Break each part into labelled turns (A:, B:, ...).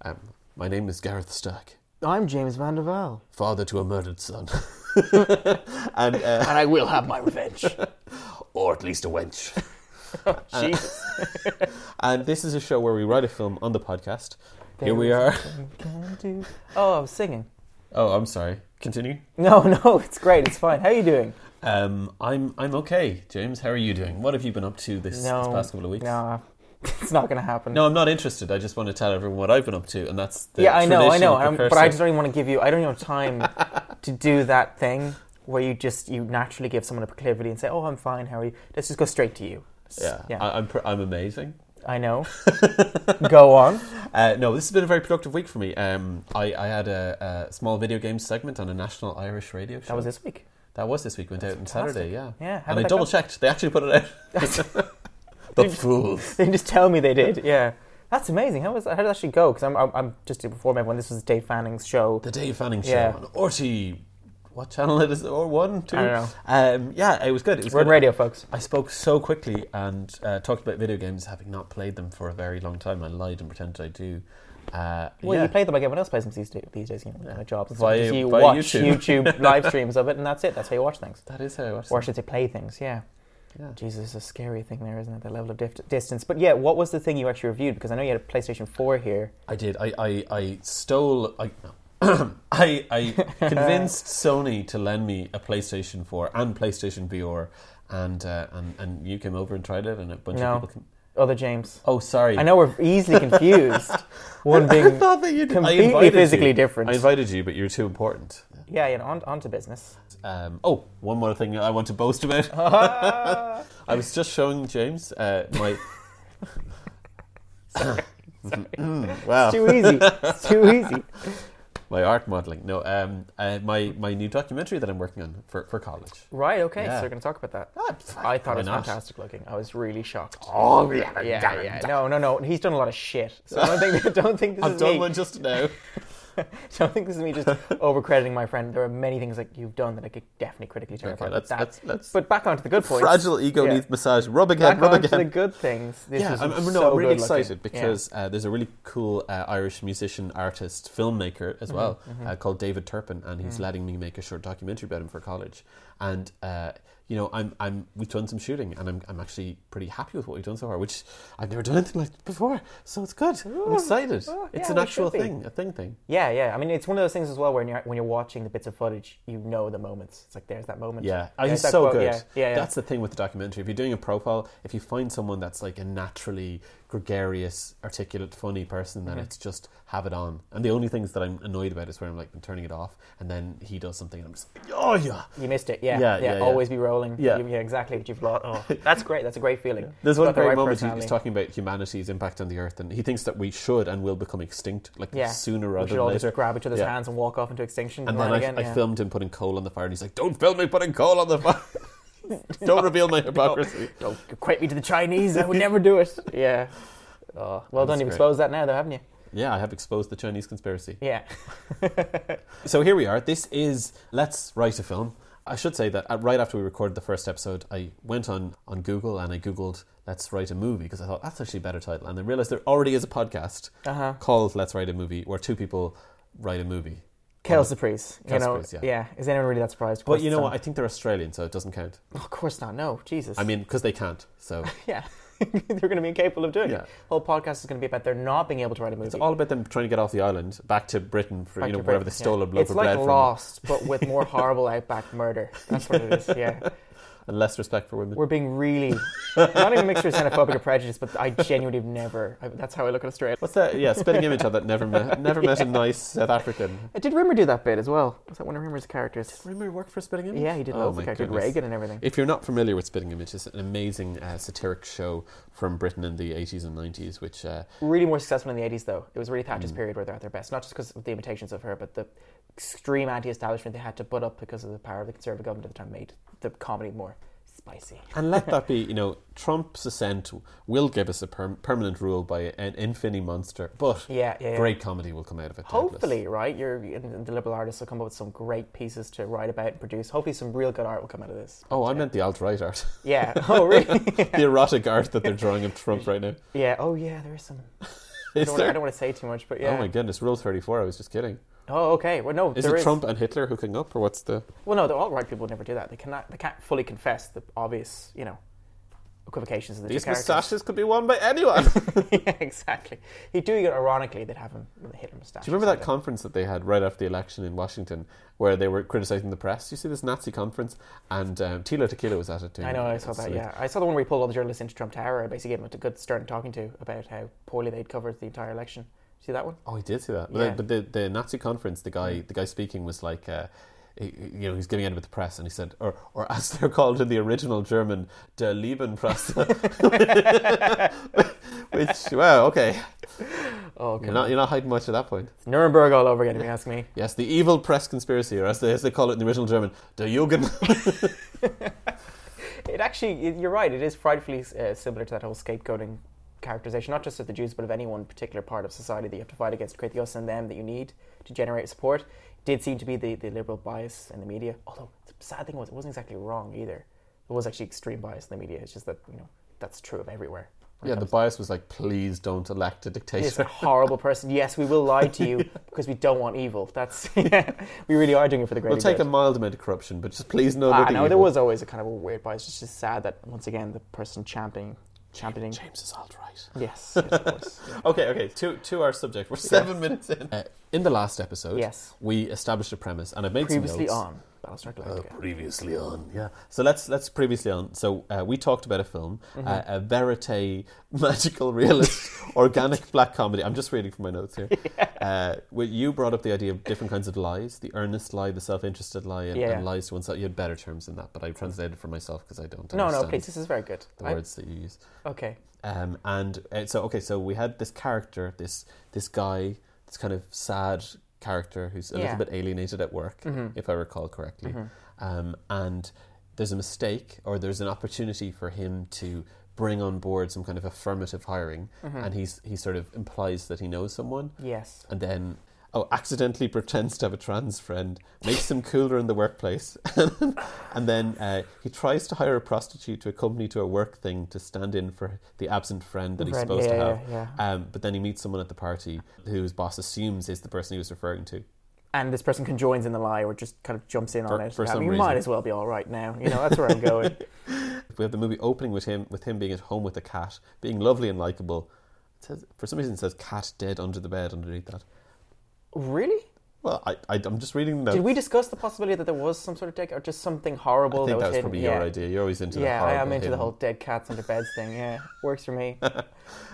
A: Um, My name is Gareth Stack,
B: I'm James Van der Waal.
A: father to a murdered son. and, uh,
B: And I will have my revenge.
A: or at least a wench.
B: Jesus.
A: And this is a show where we write a film on the podcast. Here we are.
B: Oh, I was singing.
A: Oh, I'm sorry. Continue.
B: No, no, it's great. It's fine. How are you doing?
A: Um, I'm I'm okay, James. How are you doing? What have you been up to this,
B: No.
A: this past couple of weeks?
B: No, it's not going to happen.
A: No, I'm not interested. I just want to tell everyone what I've been up to, and that's the
B: yeah, I know, I know.
A: traditional
B: I'm- but
A: precursor.
B: I just don't even want to give you. I don't even have time to do that thing where you just you naturally give someone a proclivity and say, "Oh, I'm fine. How are you?" Let's just go straight to you. S-
A: yeah,
B: yeah.
A: I, I'm pr- I'm amazing.
B: I know. go on.
A: Uh, no, this has been a very productive week for me. Um, I, I had a, a small video game segment on a national Irish radio show.
B: That was this week.
A: That was this week. Went out on
B: fantastic.
A: Saturday. Yeah.
B: Yeah, how
A: And
B: did
A: I
B: that
A: double
B: go?
A: checked. They actually put it out. the fools.
B: They just tell me they did. Yeah, that's amazing. How was how did that actually go? Because I'm, I'm I'm just to inform everyone. This was Dave Fanning's show.
A: The Dave Fanning Show
B: Yeah.
A: on Orty. What channel it is? Or one, two?
B: I don't
A: Um, yeah, it was good. It was
B: We're on
A: good.
B: radio, folks.
A: I spoke so quickly and uh, talked about video games, having not played them for a very long time. I lied and pretended I do. Uh,
B: Well,
A: yeah.
B: you play them like everyone else plays them these, da- these days. You know, their jobs. And stuff.
A: Via-
B: Just you
A: via
B: watch
A: YouTube.
B: YouTube. live streams of it, and that's it. That's how you watch things.
A: that is how I watched
B: Or I
A: them.
B: should say, play things. Yeah.
A: Yeah.
B: Jesus, it's a scary thing there, isn't it? The level of dif- distance. But yeah, what was the thing you actually reviewed? Because I know you had a PlayStation 4 here.
A: I did. I, I, I stole. I, no. I, I convinced Sony to lend me a PlayStation 4 and PlayStation VR, and uh, and, and you came over and tried it, and a bunch
B: No.
A: of people. Came,
B: Other James.
A: oh, sorry.
B: I know we're easily confused. One
A: I
B: being.
A: thought that you
B: completely physically different.
A: I invited you, but you're too important.
B: Yeah, yeah, on, on to business.
A: Um, oh, one more thing I want to boast about. I was just showing James uh, my. Mm, wow.
B: It's too easy. It's too easy.
A: my art modeling. No, um, uh, my my new documentary that I'm working on for, for college.
B: Right, okay,
A: Yeah.
B: so we're going to talk about that.
A: Ah,
B: I
A: why
B: thought it was
A: not?
B: fantastic looking. I was really shocked.
A: Oh yeah,
B: Yeah, yeah. No, no, no. He's done a lot of shit. So I don't think, don't think this
A: I've
B: is
A: done
B: me.
A: one just now.
B: don't think this is me just overcrediting my friend. There are many things that you've done that I could definitely critically terrify.
A: Okay,
B: but
A: let's,
B: that-
A: let's let's.
B: But back onto the good points.
A: Fragile ego
B: Yeah.
A: needs massage. Rub again,
B: Back
A: rub
B: onto
A: again.
B: the good things. This
A: yeah,
B: was
A: I'm, I'm, no,
B: so
A: I'm really
B: good
A: excited
B: looking. Yeah.
A: because uh, there's a really cool uh, Irish musician, artist, filmmaker as
B: Mm-hmm.
A: well, uh, called David Turpin, and he's letting me make a short documentary about him for college. And uh, you know, I'm, I'm we've done some shooting, and I'm, I'm actually pretty happy with what we've done so far, which I've never done anything like before. So it's good. I'm excited.
B: oh,
A: it's
B: yeah,
A: an
B: we
A: actual
B: should be.
A: thing, a thing thing.
B: yeah, yeah. I mean, it's one of those things as well where when you're, when you're watching the bits of footage, you know the moments. It's like there's that moment.
A: Yeah, oh,
B: There's
A: he's
B: that
A: so
B: quote.
A: good.
B: Yeah, yeah. yeah.
A: That's the thing with the documentary. If you're doing a profile, if you find someone that's like a naturally gregarious, articulate, funny person,
B: Mm-hmm.
A: then it's just have it on. And the only things that I'm annoyed about is where I'm like I'm turning it off, and then he does something, and I'm just like, oh yeah.
B: you missed it. Yeah,
A: Yeah,
B: yeah.
A: yeah, yeah.
B: Always be rolling.
A: Yeah.
B: You- yeah, exactly what you've lost. Oh, that's great. That's a great feeling.
A: There's one
B: Got the
A: great
B: right
A: moment he's
B: personality.
A: talking about humanity's impact on the earth, and he thinks that we should and will become extinct, like
B: Yeah.
A: sooner
B: We
A: rather
B: should
A: than
B: all
A: later.
B: just grab each other's
A: Yeah.
B: hands and walk off into extinction.
A: And
B: Right
A: then I,
B: again,
A: I
B: yeah.
A: filmed him putting coal on the fire, and he's like, "Don't film me putting coal on the fire. Don't reveal my hypocrisy."
B: Don't equate me to the Chinese. I would never do it. Yeah. Oh, well
A: That's
B: done. You've
A: great.
B: exposed that now, though, haven't you?
A: Yeah, I have exposed the Chinese conspiracy.
B: Yeah.
A: So here we are. This is Let's Write a Film. I should say that uh, right after we recorded the first episode, I went on, on Google and I Googled Let's Write a Movie because I thought that's actually a better title. And I realized there already is a podcast
B: Uh-huh.
A: called Let's Write a Movie where two people write a movie.
B: Kale Surprise. You
A: Kale
B: know,
A: Surprise, yeah.
B: yeah. Is anyone really that surprised? Of
A: But
B: course
A: you know
B: it's
A: what?
B: not.
A: I think they're Australian, so it doesn't count.
B: of course not. No, Jesus.
A: I mean, because they can't. So
B: yeah. They're going to be incapable of doing
A: Yeah.
B: it. Whole podcast is going to be about their not being able to write a movie.
A: it's all about them trying to get off the island back to Britain for,
B: Back
A: you
B: to
A: know, wherever they
B: Britain,
A: stole
B: yeah.
A: a loaf
B: It's
A: of
B: like
A: bread
B: Lost, but with more horrible outback murder. That's what it is. Yeah,
A: from and less respect for women.
B: we're being really not even a mixture of xenophobic or prejudice, but I genuinely have never. I, that's how I look at Australia.
A: What's that? Yeah, spitting image of that. Never met, never met a nice South African.
B: Did Rimmer do that bit as well? Was that one of Rimmer's characters?
A: Remember work for spitting image?
B: Yeah, he did
A: Oh
B: loads
A: my
B: of characters.
A: goodness.
B: Reagan and everything.
A: If you're not familiar with Spitting Image, it's an amazing uh, satiric show from Britain in the 80s and 90s, which, uh,
B: really more successful in the 80s though it was really
A: Hmm.
B: thatcher's period where they're at their best not just because of the imitations of her but the extreme anti-establishment they had to put up because of the power of the conservative government at the time made the comedy more spicy
A: and let that be, you know, Trump's assent will give us a per- permanent rule by an infinity monster, but
B: yeah yeah, yeah.
A: great comedy will come out of it. doubtless.
B: hopefully right you're and the liberal artists will come up with some great pieces to write about and produce hopefully some real good art will come out of this
A: Oh, I meant the alt right art,
B: yeah oh really
A: the erotic art that they're drawing of Trump right now.
B: yeah oh yeah there is some I
A: Is
B: don't, wanna, I
A: there?
B: don't want to say too much, but yeah.
A: Oh my goodness, Rule 34. I was just kidding.
B: Oh, okay. Well, no,
A: Is
B: there
A: it
B: is.
A: Trump and Hitler hooking up, or what's the.
B: Well, no, the alt-right people would never do that. They cannot. They can't fully confess the obvious, you know, equivocations of the two
A: These
B: characters.
A: moustaches could be worn by anyone. Do
B: yeah, exactly. He'd do it ironically. They'd have him with a Hitler moustache.
A: you remember that conference that they had right after the election in Washington where they were criticizing the press? You see this Nazi conference, and um, Tilo Tequila was at it too.
B: I know. I saw that. Yeah, I saw the one where he pulled all the journalists into Trump Tower. I basically gave him a good stern talking to about how poorly they'd covered the entire election. See that one?
A: Oh, I did see that. But,
B: Yeah.
A: the, but the, the Nazi conference, the guy the guy speaking was like, uh, he- he- you know, he's giving it with the press, and he said, or or as they're called in the original German, der Liebenpresse. Which, wow, okay.
B: Oh,
A: You're
B: God.
A: not, you're not hiding much at that point.
B: It's Nuremberg all over again. If you ask me.
A: Yes, the evil press conspiracy, or as they, as they call it in the original German, der Jugend.
B: It actually, it- you're right. It is frightfully uh, similar to that whole scapegoating characterization, not just of the Jews, but of any one particular part of society that you have to fight against, to create the us and them that you need to generate support. Did seem to be the, the liberal bias in the media. Although the sad thing was, it wasn't exactly wrong either. There was actually extreme bias in the media. It's just that you know that's true of everywhere.
A: Yeah, the bias was like, please don't elect a
B: This
A: dictator.
B: horrible person. Yes, we will lie to you because we don't want evil. That's yeah, we really are doing it for the greater
A: We'll take
B: good.
A: a mild amount of corruption, but just please no.
B: Ah,
A: nothing
B: no, there
A: evil.
B: was always a kind of a weird bias. It's just sad that once again the person championing, championing
A: James is alt right.
B: Yes, yes, of course.
A: Okay, okay. To to our subject, we're seven minutes in. Uh, in the last episode,
B: Yes.
A: we established a premise, and I've made some
B: Previously
A: notes. Oh,
B: on Battlestar Galactica.
A: previously on, yeah. So let's let's previously on. So uh, we talked about a film,
B: Mm-hmm.
A: uh, a verite magical realist organic black comedy. I'm just reading from my notes here. Uh, where you brought up the idea of different kinds of lies: the earnest lie, the self-interested lie, and,
B: Yeah.
A: and lies to oneself. You had better terms than that, but I translated for myself because I don't
B: no, no,
A: understand
B: please, this is very good.
A: the
B: I-
A: words that you use.
B: okay.
A: Um, and uh, so okay, so we had this character, this this guy, this kind of sad character who's a
B: Yeah. Mm-hmm.
A: little bit alienated at work, if I recall correctly. Um, and there's a mistake, or there's an opportunity for him to bring on board some kind of affirmative hiring,
B: Mm-hmm.
A: and he's he sort of implies that he knows someone,
B: Yes.
A: and then. Oh, accidentally pretends to have a trans friend, makes him cooler in the workplace, and then uh, he tries to hire a prostitute to accompany to a work thing to stand in for the absent friend that he's
B: Friend,
A: supposed
B: yeah,
A: to have.
B: yeah,
A: Um, but then he meets someone at the party whose boss assumes is the person he was referring to.
B: And this person conjoins in the lie or just kind of jumps in on
A: For-
B: it.
A: for
B: Yeah,
A: some
B: you
A: reason.
B: might as well be all right now. You know, that's where I'm going.
A: We have the movie opening with him with him being at home with a cat, being lovely and likable. It says, for some reason, it says "cat dead under the bed" underneath that.
B: really?
A: Well, I, I am just reading the.
B: Did
A: note.
B: we discuss the possibility that there was some sort of dick or just something horrible
A: I think
B: that was,
A: that was
B: hidden?
A: probably
B: yeah.
A: your idea. You're always into the
B: Yeah, I am
A: horrible
B: into the
A: hidden.
B: whole dead cats under beds thing. Yeah, works for me. Can't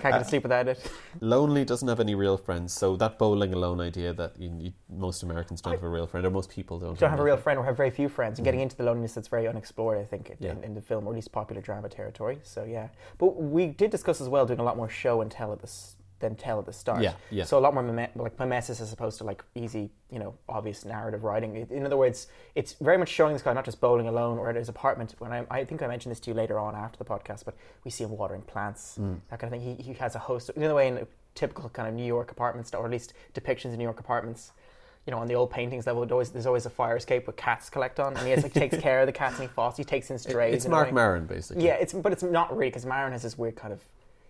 B: get
A: Uh,
B: to sleep without it.
A: Lonely doesn't have any real friends, so that bowling alone idea that you, you, most Americans don't have a real friend, or most people don't.
B: don't have a real friend or have very few friends and getting into the loneliness that's very unexplored i think in,
A: Mm-hmm. Yeah.
B: in the film or at least popular drama territory so yeah but we did discuss as well doing a lot more show and tell at this than tell at the start
A: Yeah, yeah.
B: so a lot more mime- like mimesis as opposed to like easy you know obvious narrative writing It- in other words it's very much showing this guy not just bowling alone or at his apartment when I, I think i mentioned this to you later on after the podcast but we see him watering plants
A: Hmm.
B: that kind of thing he, he has a host in the way in a typical kind of new york apartments or at least depictions of new york apartments you know, on the old paintings that would always there's always a fire escape with cats collect on, and he has, like takes care of the cats and he fosters, he takes in strays.
A: It's
B: in a
A: Mark
B: way.
A: Maron, basically.
B: Yeah, it's but it's not really because Maron has this weird kind of.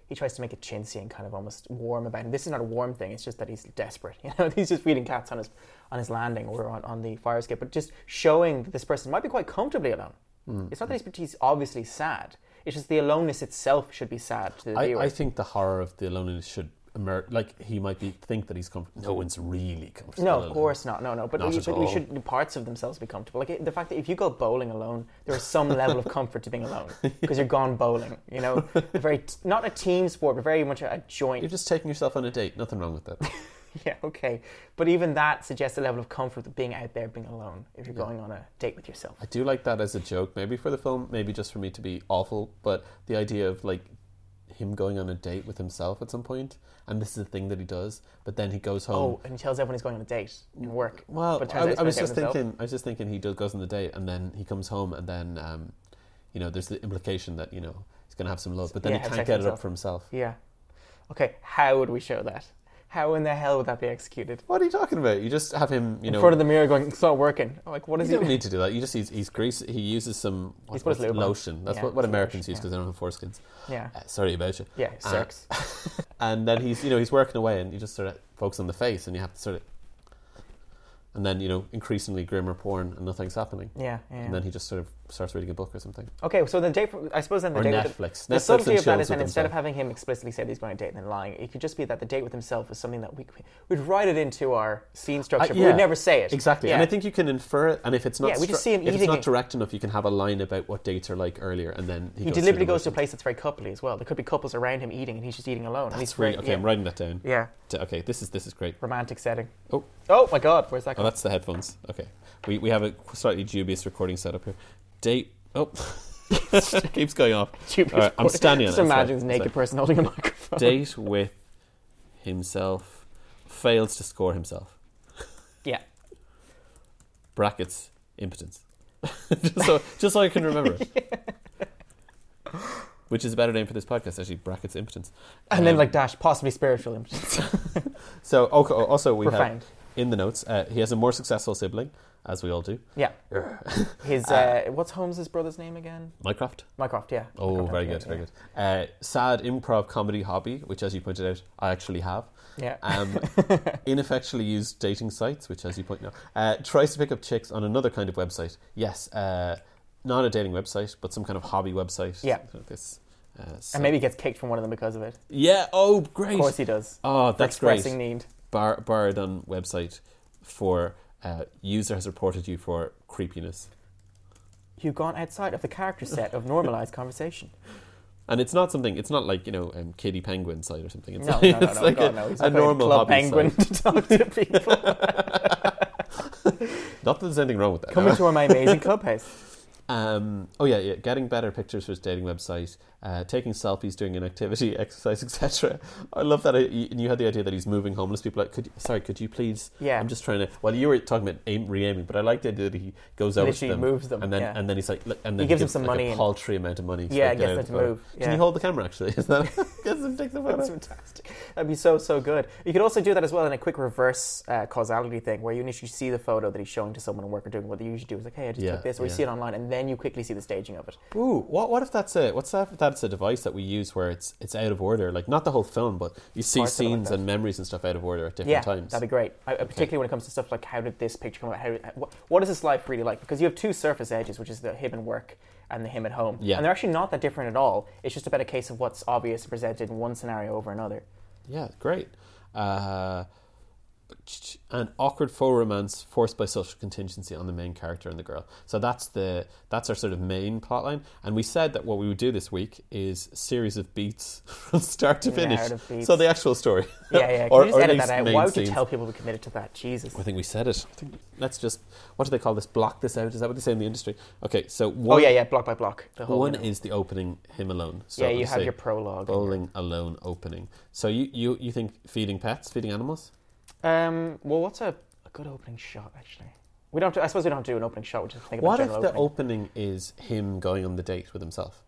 B: He tries to make it chintzy and kind of almost warm about him. This is not a warm thing. It's just that he's desperate. You know, he's just feeding cats on his on his landing or on, on the fire escape, but just showing that this person might be quite comfortably alone.
A: Mm,
B: It's not that he's, he's obviously sad. It's just the aloneness itself should be sad to the
A: I,
B: viewer.
A: I think the horror of the loneliness should emerge. Like he might be think that he's comfortable. No one's really comfortable.
B: No,
A: alone.
B: of course not. No, no. But,
A: Not
B: we,
A: at
B: but we
A: all.
B: should the parts of themselves be comfortable. Like it- the fact that if you go bowling alone, there is some level of comfort to being alone because you're gone bowling. You know, a very t- not a team sport, but very much a, a
A: You're
B: joint.
A: just taking yourself on a date. Nothing wrong with that.
B: Yeah, okay. But even that suggests a level of comfort of being out there, being alone. If you're going on a date with yourself,
A: I do like that as a joke, maybe for the film, maybe just for me to be awful. But the idea of like him going on a date with himself at some point, and this is the thing that he does. But then he goes home.
B: oh, and he tells everyone he's going on a date in work.
A: Um, Well,
B: but it turns out
A: I,
B: he's
A: I was
B: gonna
A: just
B: date himself.
A: thinking. I was just thinking he does goes on the date, and then he comes home, and then um, you know, there's the implication that you know he's going to have some love, but then
B: Yeah,
A: he
B: have
A: can't
B: sex
A: get
B: with
A: it up for himself.
B: Yeah. Okay. How would we show that? How in the hell would that be executed?
A: What are you talking about? You just have him, you
B: In
A: know.
B: front of the mirror, going, "It's not working." I'm like, what is
A: you
B: he?
A: don't need to do that. You just he's, he's grease. He uses some what-
B: He's put his
A: what's-
B: lube on.
A: lotion. That's
B: Yeah,
A: what, what
B: it's
A: Americans
B: lotion,
A: use because they don't have foreskins.
B: Yeah,
A: Uh, sorry about you.
B: yeah,
A: Uh,
B: sex.
A: and then he's you know he's working away and you just sort of focus on the face and you have to sort of and then you know increasingly grimmer porn and nothing's happening
B: yeah, yeah.
A: and then he just sort of starts reading a book or something
B: okay, so the day, for, I suppose, then the
A: or
B: day with the-
A: netflix
B: The
A: netflix
B: subtlety
A: and
B: of that
A: chills
B: is,
A: with
B: and instead of
A: himself.
B: having him explicitly say that he's going to date and then lying, it could just be that the date with himself is something that we we'd write it into our scene structure. but
A: Uh, yeah.
B: We'd never say it
A: exactly
B: Yeah.
A: and i think you can infer it and if it's not
B: Yeah, we just see him
A: if it's
B: eating
A: not
B: it.
A: direct enough you can have a line about what dates are like earlier and then he, goes
B: he
A: through
B: deliberately
A: the
B: goes to a
A: motions.
B: place that's very coupley as well. There could be couples around him eating, and he's just eating alone. and he's
A: that's really okay i'm
B: Yeah,
A: writing that down
B: yeah,
A: D- okay this is this is great
B: romantic setting.
A: Oh.
B: oh my God, where's that?
A: oh
B: Going?
A: that's the headphones okay we, we have a slightly dubious recording setup here date oh keeps going off
B: Stupid
A: All right, I'm
B: recording.
A: standing on
B: Just
A: it, it's
B: imagine
A: like-
B: this
A: it's
B: naked
A: like-
B: person holding a microphone.
A: date with himself fails to score himself.
B: Yeah.
A: Brackets impotence. just so just so I can remember. it. Which is a better name for this podcast, actually. Brackets impotence.
B: and then
A: Um,
B: like dash, possibly spiritual impotence.
A: so. Okay, oh, also, we have
B: Profound.
A: in the notes. Uh, he has a more successful sibling, as we all do.
B: Yeah. His
A: Ah.
B: uh, what's Holmes' brother's name again?
A: Mycroft.
B: Mycroft. Yeah.
A: Oh,
B: Mycroft,
A: very
B: yeah,
A: good, very
B: yeah.
A: good. Uh, sad improv comedy hobby, which, as you pointed out, I actually have.
B: Yeah.
A: um, ineffectually used dating sites, which, as you point out, uh, tries to pick up chicks on another kind of website. Yes, uh, not a dating website, but some kind of hobby website.
B: Yeah.
A: something like this. Uh, so-
B: And maybe he gets kicked from one of them because of it.
A: Yeah. Oh,
B: Of
A: great.
B: course he does.
A: Oh,
B: For
A: that's great.
B: expressing need.
A: Bar- barred on website for uh, user has reported you for creepiness,
B: You've gone outside of the character set of normalized conversation.
A: and it's not something. It's not like you know, um, kitty penguin site or something. It's
B: No, no,
A: like,
B: no,
A: it's
B: no,
A: like
B: God,
A: a,
B: no. He's
A: a
B: not going to
A: normal
B: Club
A: hobby
B: Penguin
A: site.
B: to talk to people.
A: Not that there's anything wrong with that.
B: Coming to my amazing clubhouse.
A: Um, oh yeah, yeah, getting better pictures for his dating website, uh, taking selfies, doing an activity, exercise, etc. I love that. I, you- and you had the idea that he's moving homeless people. Out. Could you- sorry, could you please?
B: Yeah.
A: I'm just trying to. Well, you were talking about aim, re-aiming, but I like the idea that he goes over to
B: Literally
A: them,
B: moves them,
A: and then
B: yeah.
A: and then he's like, look, and then
B: He gives them some
A: like,
B: money
A: a
B: and-
A: paltry amount of money. so
B: yeah,
A: they
B: I
A: get
B: guess
A: out of
B: that's
A: the
B: a
A: photo.
B: move.
A: Can
B: Yeah.
A: you hold the camera? Actually, is that? Gets him take the
B: That's
A: photo.
B: fantastic. That'd be so, so good. You could also do that as well in a quick reverse uh, causality thing where you initially see the photo that he's showing to someone at work or doing what they usually do. It's like, hey, I just
A: Yeah,
B: took this, or you
A: yeah.
B: see it online, and then you quickly see the staging of it.
A: Ooh, what what if that's a what's that? If that's a device that we use where it's it's out of order, like not the whole film, but you see
B: Parts of it like
A: scenes
B: that.
A: and memories and stuff out of order at different
B: Yeah,
A: times.
B: that'd be great. I, I- Particularly when it comes to stuff like how did this picture come out? How, what, what is this life really like? Because you have two surface edges, which is the him and work and the him at home.
A: Yeah.
B: And they're actually not that different at all. It's just about a case of what's obvious and presented in one scenario over another.
A: Yeah, great. Uh, an awkward faux romance forced by social contingency on the main character and the girl. So that's the that's our sort of main plotline. And we said that what we would do this week is series of beats from start to finish.
B: Narrative beats.
A: So the actual story.
B: Yeah, yeah. Can
A: Or-
B: you just
A: or at
B: edit
A: least
B: that out?
A: main
B: Why would you
A: scenes.
B: tell people we committed to that? Jesus.
A: I think we said it. I think let's just what do they call this? Block this out. Is that what they say in the industry? Okay, so
B: Oh
A: one
B: yeah, yeah. Block by block. The whole.
A: one
B: you know.
A: is the opening him alone. So
B: yeah,
A: we
B: you have
A: say
B: your prologue.
A: bowling alone opening. So you, you you think feeding pets, feeding animals?
B: Um. Well, what's a, a good opening shot actually? We don't. Have to, I suppose we don't have to do an opening shot. We just think about
A: What if
B: general
A: the
B: opening.
A: opening is him going on the date with himself?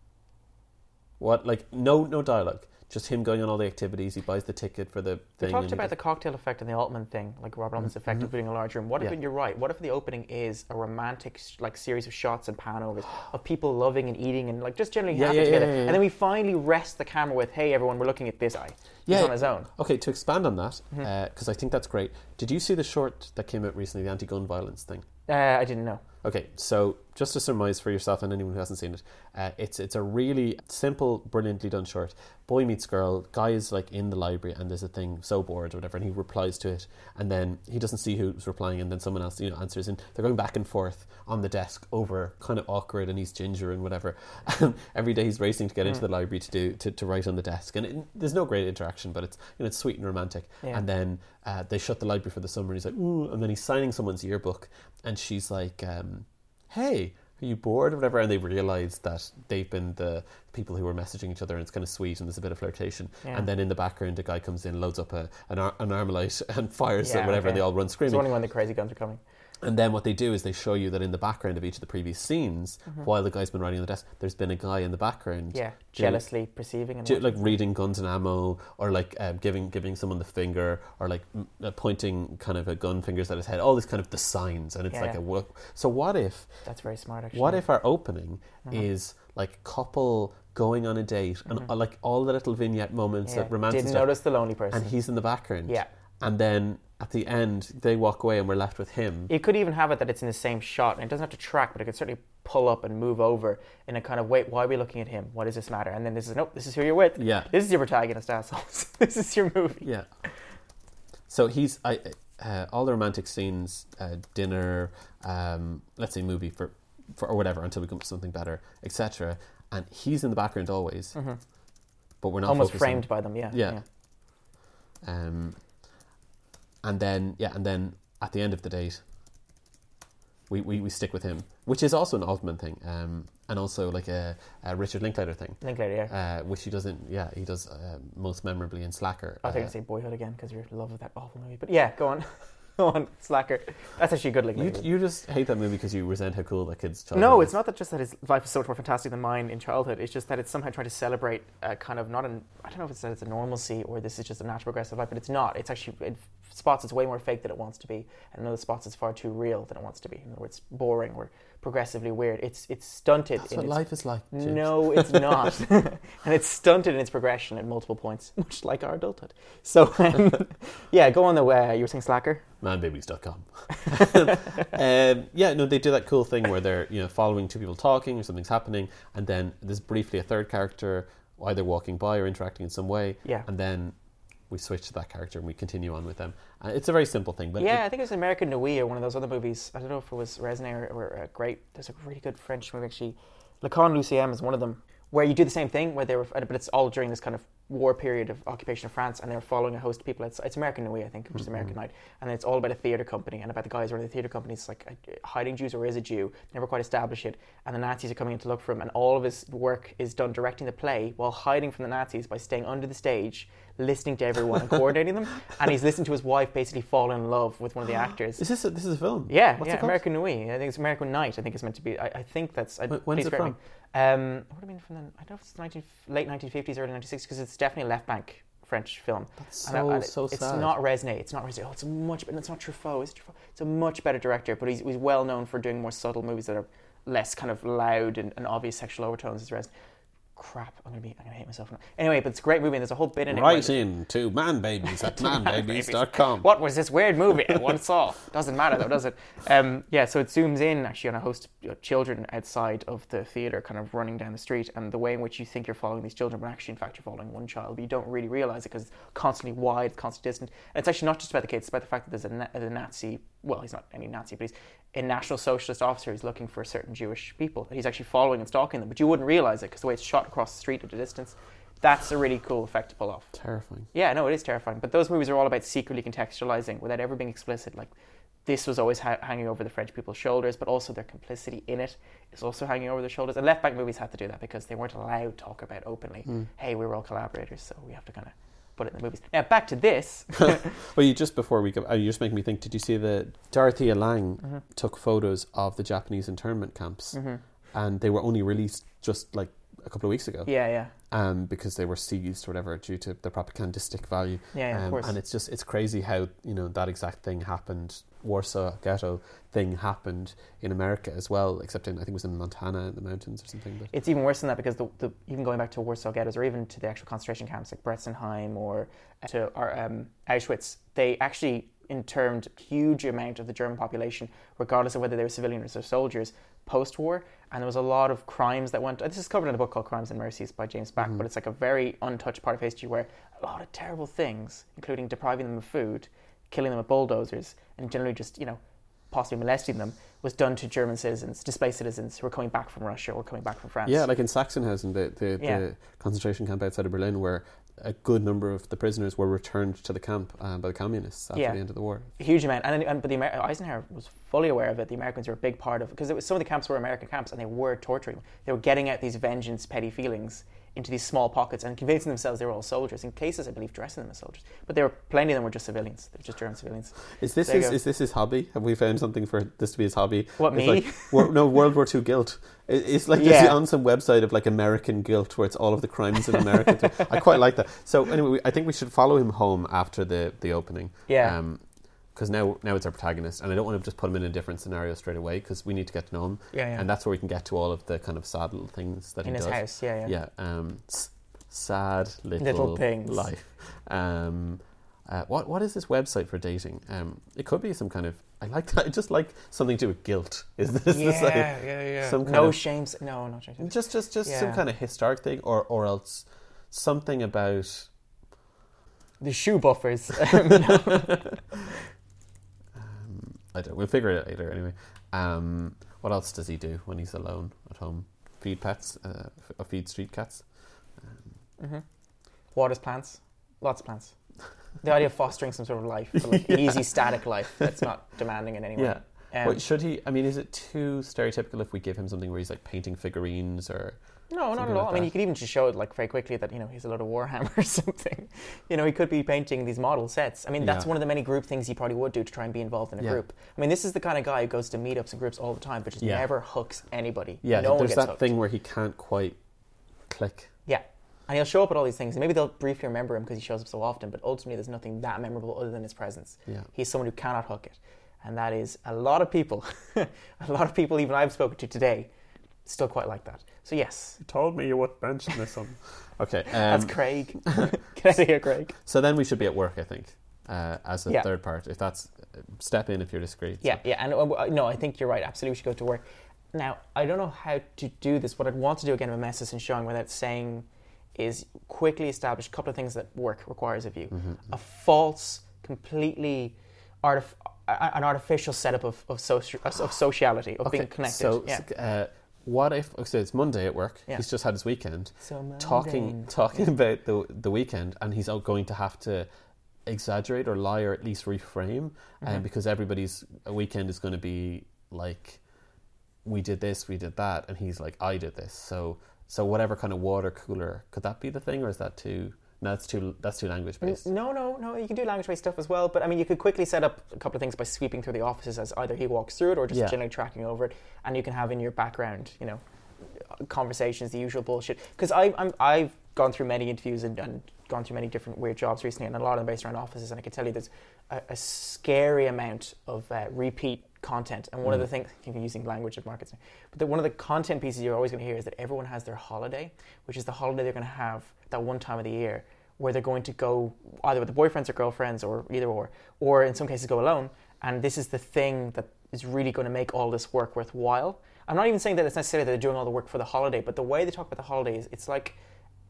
A: What like no no dialogue, just him going on all the activities. He buys the ticket for the
B: We
A: thing. and
B: talked
A: he
B: about
A: does-
B: the cocktail effect and the Altman thing, like Robert Altman's effect of doing a large room. What if
A: Yeah.
B: you're right? What if the opening is a romantic sh- like series of shots and panovers of people loving and eating and like just generally
A: Yeah,
B: happy
A: yeah, yeah,
B: together,
A: yeah, yeah.
B: and then we finally rest the camera with, "Hey, everyone, we're looking at this eye."
A: Yeah.
B: He's on his own.
A: Okay, to expand on that,
B: Mm-hmm.
A: because I think that's great. Did you see the short that came out recently, the anti-gun violence thing?
B: Uh, I didn't know.
A: Okay, so just to surmise for yourself and anyone who hasn't seen it, uh, it's it's a really simple, brilliantly done short. Boy meets girl. Guy is like in the library, and there's a thing so bored or whatever, and he replies to it, and then he doesn't see who's replying, and then someone else you know answers, and they're going back and forth on the desk over kind of awkward, and he's ginger and whatever. And every day he's racing to get into the library to do to, to write on the desk, and it, there's no great interaction, but it's you know it's sweet and romantic.
B: Yeah.
A: And then uh, they shut the library for the summer, and he's like, ooh, and then he's signing someone's yearbook, and she's like, um, hey, are you bored or whatever? And they realize that they've been the people who were messaging each other, and it's kind of sweet, and there's a bit of flirtation.
B: Yeah.
A: And then in the background, a guy comes in, loads up a, an, ar- an armalite, and fires
B: Yeah,
A: at whatever,
B: okay.
A: and they all run
B: I was
A: screaming.
B: wondering when the crazy guns are coming.
A: And then what they do is they show you that in the background of each of the previous scenes,
B: Mm-hmm.
A: while the guy's been writing on the desk, there's been a guy in the background.
B: Yeah,
A: doing-
B: jealously perceiving and
A: do,
B: watching.
A: like reading guns and ammo, or like um, giving giving someone the finger, or like m- uh, pointing kind of a gun fingers at his head. All these kind of the signs, and it's
B: Yeah,
A: like
B: yeah.
A: a work. So what if
B: that's very smart. Actually,
A: what if our opening
B: Uh-huh.
A: is like couple going on a date, and uh, like all the little vignette moments
B: Mm-hmm. Yeah.
A: that romance and
B: didn't
A: stuff,
B: notice the lonely person?
A: and he's in the background.
B: Yeah.
A: and then at the end they walk away, and we're left with him.
B: It could even have it that it's in the same shot, and it doesn't have to track, but it could certainly pull up and move over in a kind of wait. Why are we looking at him? What does this matter? And then this is nope. This is who you're with.
A: Yeah.
B: This is your protagonist, assholes. this is your movie.
A: Yeah. So he's I uh, all the romantic scenes, uh, dinner, um, let's say movie for, for or whatever until we come up with something better, etc. And he's in the background always, but we're not
B: Mm-hmm. Almost
A: focusing-
B: framed by them. Yeah.
A: Yeah. Um, and then yeah, and then at the end of the date, we, we, we stick with him, which is also an Altman thing, um, and also like a, a Richard Linklater thing,
B: Linklater. Yeah.
A: uh, which he doesn't. Yeah, he does uh, most memorably in Slacker.
B: I think
A: Uh,
B: I say Boyhood again because you're in love with that awful movie. But yeah, go on, go on, slacker. That's actually a good
A: You,
B: Linklater.
A: you just hate that movie because you resent how cool that kid's childhood
B: No,
A: is.
B: it's not that just that his life is so much more fantastic than mine in childhood. It's just that it's somehow trying to celebrate a kind of not an I don't know if it's that it's a normalcy or this is just a natural progressive life, but it's not. It's actually it spots it's way more fake than it wants to be, and in other spots it's far too real than it wants to be. In other words, boring or progressively weird. It's it's stunted.
A: That's
B: in
A: what
B: its-
A: life is like. James.
B: No, it's not, and it's stunted in its progression at multiple points, much like our adulthood. So, um, yeah, go on the way. you were saying slacker.
A: manbabies.com. um, yeah, no, they do that cool thing where they're you know following two people talking or something's happening, and then there's briefly a third character either walking by or interacting in some way,
B: Yeah.
A: and then we switch to that character and we continue on with them. Uh, it's a very simple thing, but
B: Yeah,
A: it-
B: I think it was American Nui or one of those other movies. I don't know if it was Resnais or, or uh, Great. There's a really good French movie actually. Le Con Lucien is one of them, where you do the same thing, where they were, uh, but it's all during this kind of war period of occupation of France, and they're following a host of people. It's, it's American Nui, I think, which is American
A: Mm-hmm.
B: Night, and it's all about a theater company and about the guys who run the theater companies, like uh, hiding Jews or is a Jew. They never quite establish it, and the Nazis are coming in to look for him, and all of his work is done directing the play while hiding from the Nazis by staying under the stage, listening to everyone and coordinating them, and he's listening to his wife basically fall in love with one of the actors.
A: is this a, this is a film?
B: Yeah,
A: What's it
B: yeah,
A: called?
B: American Nui. I think it's American Night. I think it's meant to be. I, I think that's. I,
A: Wh- when's
B: please
A: it
B: correct me. Um, what do I mean from the? I don't know if it's 19, late 1950s, early 1960s, because it's definitely a left bank French film.
A: That's
B: And I-
A: so
B: and it-
A: so
B: It's
A: sad.
B: not Resnais. It's not Resnais. Oh, it's a much. better. It's not Truffaut. It's Truffaut. It's a much better director, but he's, he's well known for doing more subtle movies that are less kind of loud and, and obvious sexual overtones as Resnais. Crap, I'm gonna be. I'm gonna hate myself. now. Anyway, but it's a great movie, and there's a whole bit in it. where
A: Write in to manbabies at manbabies.com.
B: what was this weird movie I once saw? Doesn't matter though, does it? Um, yeah, so it zooms in actually on a host of children outside of the theater, kind of running down the street, and the way in which you think you're following these children, but actually, in fact, you're following one child, but you don't really realize it because it's constantly wide, constantly distant. And it's actually not just about the kids; it's about the fact that there's a, na- there's a Nazi. Well, he's not any Nazi, but he's a National Socialist officer who's looking for certain Jewish people, and he's actually following and stalking them. But you wouldn't realize it because the way it's shot across the street at a distance. That's a really cool effect to pull off.
A: Terrifying.
B: Yeah, no, it is terrifying. But those movies are all about secretly contextualizing without ever being explicit. Like, this was always ha- hanging over the French people's shoulders, but also their complicity in it is also hanging over their shoulders. And left back movies had to do that because they weren't allowed to talk about openly, hey, we were all collaborators, so we have to kind of put it in the movies. Now, back to this.
A: Well, you just before we go, oh, you just making me think. Did you see that Dorothea Lange
B: Mm-hmm.
A: took photos of the Japanese internment camps, and they were only released just like a couple of weeks ago,
B: yeah, yeah.
A: um, because they were seized or whatever due to the propagandistic value.
B: Yeah, yeah, of
A: um,
B: course.
A: And it's just it's crazy how you know that exact thing happened. Warsaw ghetto thing happened in America as well, except in I think it was in Montana in the mountains or something. But
B: It's even worse than that because the, the, even going back to Warsaw ghettos or even to the actual concentration camps like Bretzenheim or to or, um, Auschwitz, they actually interned huge amount of the German population, regardless of whether they were civilians or soldiers, post-war. And there was a lot of crimes that went. This is covered in a book called Crimes and Mercies by James Back, but it's like a very untouched part of history where a lot of terrible things, including depriving them of food, killing them with bulldozers, and generally just you know possibly molesting them, was done to German citizens, displaced citizens who were coming back from Russia or coming back from France.
A: yeah, like in Sachsenhausen, the the,
B: Yeah.
A: the concentration camp outside of Berlin, where a good number of the prisoners were returned to the camp um, by the communists after
B: Yeah.
A: the end of the war.
B: a huge amount. And, and but the Amer- Eisenhower was fully aware of it. The Americans were a big part of because it was some of the camps were American camps, and they were torturing. They were getting out these vengeance, petty feelings into these small pockets and convincing themselves they were all soldiers. In cases, I believe, dressing them as soldiers, but they were plenty of them were just civilians. They were just German civilians.
A: Is this
B: There you
A: his,
B: go.
A: is this his hobby? Have we found something for this to be his hobby?
B: What,
A: It's
B: me?
A: like, wor- no, World War Two guilt. It- It's like there's
B: Yeah.
A: on some website of like American guilt where it's all of the crimes in America. I quite like that. So anyway, we- I think we should follow him home after the the opening.
B: Yeah.
A: because now, now it's our protagonist, and I don't want to just put him in a different scenario straight away because we need to get to know him,
B: Yeah, yeah.
A: and that's where we can get to all of the kind of sad little things that
B: in
A: he
B: his
A: does.
B: house, yeah, yeah.
A: Yeah, um, s- sad little,
B: Little things.
A: life. Um, uh, what what is this website for dating? Um, it could be some kind of. I like that. I just like something to do with guilt. Is this, this like-
B: yeah, yeah.
A: some kind
B: no
A: of-
B: shames. No, not shames.
A: just just just some
B: Yeah.
A: kind of historic thing, or or else something about
B: The shoe buffers.
A: um, I don't. We'll figure it out later anyway. Um, what else does he do when he's alone at home? Feed pets. Uh, f- uh, feed street cats. Um,
B: hmm Waters plants, lots of plants. The idea of fostering some sort of life, but like an easy static life that's not demanding in any way.
A: yeah.
B: Um,
A: Wait, should he? I mean, is it too stereotypical if we give him something where he's like painting figurines or?
B: no, not
A: something
B: at
A: like
B: all. I mean,
A: that.
B: you could even just show it like very quickly that you know he's a lot of Warhammer or something. You know, he could be painting these model sets. I mean, that's
A: Yeah.
B: one of the many group things he probably would do to try and be involved in a
A: Yeah.
B: group. I mean, this is the kind of guy who goes to meetups and groups all the time, but just
A: Yeah.
B: never hooks anybody.
A: Yeah,
B: no one
A: there's
B: gets
A: that
B: hooked.
A: thing where he can't quite click.
B: Yeah. And he'll show up at all these things, and maybe they'll briefly remember him because he shows up so often, but ultimately there's nothing that memorable other than his presence.
A: Yeah.
B: He's someone who cannot hook it. And that is a lot of people, a lot of people even I've spoken to today, still quite like that. So, yes,
A: You told me you would mention this on. okay,
B: that's
A: um,
B: Craig. Get out of here, Craig.
A: so then we should be at work, I think, uh, as the
B: Yeah.
A: third part. If that's uh, step in if you're discreet.
B: Yeah, yeah. And uh, no, I think you're right. Absolutely, we should go to work. Now, I don't know how to do this. What I'd want to do again with Messes and Showing without saying is quickly establish a couple of things that work requires of you.
A: Mm-hmm.
B: A false, completely artif- a- an artificial setup of, of, soci- of of sociality, of
A: Okay,
B: being connected.
A: So,
B: yeah.
A: uh, what if? So it's Monday at work.
B: Yeah.
A: He's just had his weekend.
B: so
A: Talking talking about the the weekend, and he's out going to have to exaggerate or lie or at least reframe, um, because everybody's weekend is going to be like, we did this, we did that, and he's like, I did this. So so whatever kind of water cooler could that be the thing, or is that too? No, that's too that's too language
B: N-
A: based.
B: No, no, no. You can do language based stuff as well, but I mean, you could quickly set up a couple of things by sweeping through the offices as either he walks through it or just
A: Yeah.
B: generally tracking over it, and you can have in your background, you know, conversations, the usual bullshit. Because I'm I've gone through many interviews and, and gone through many different weird jobs recently, and a lot of them based around offices, and I can tell you there's a, a scary amount of uh, repeat content. And one
A: Mm.
B: of the things, I keep using language of markets, now, but the, one of the content pieces you're always going to hear is that everyone has their holiday, which is the holiday they're going to have that one time of the year where they're going to go either with the boyfriends or girlfriends or either or, or in some cases go alone. And this is the thing that is really going to make all this work worthwhile. I'm not even saying that it's necessarily that they're doing all the work for the holiday, but the way they talk about the holiday is it's like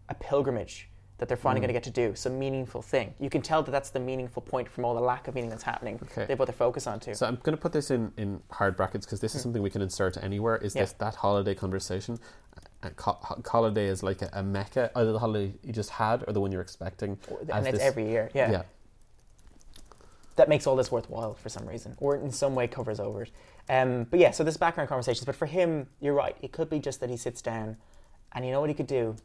B: a pilgrimage that they're finally going to get to do, some meaningful thing. You can tell that that's the meaningful point from all the lack of meaning that's happening.
A: Okay.
B: They put their focus onto.
A: So I'm going to put this in, in hard brackets because this is something we can insert anywhere. Is
B: Yeah.
A: this that holiday conversation? Uh, co- ho- holiday is like a, a mecca, either the holiday you just had or the one you're expecting. as
B: and it's
A: this-
B: every year. Yeah.
A: yeah.
B: That makes all this worthwhile for some reason, or in some way covers over it. Um, but yeah, so this background conversations. But for him, you're right. It could be just that he sits down, and you know what he could do?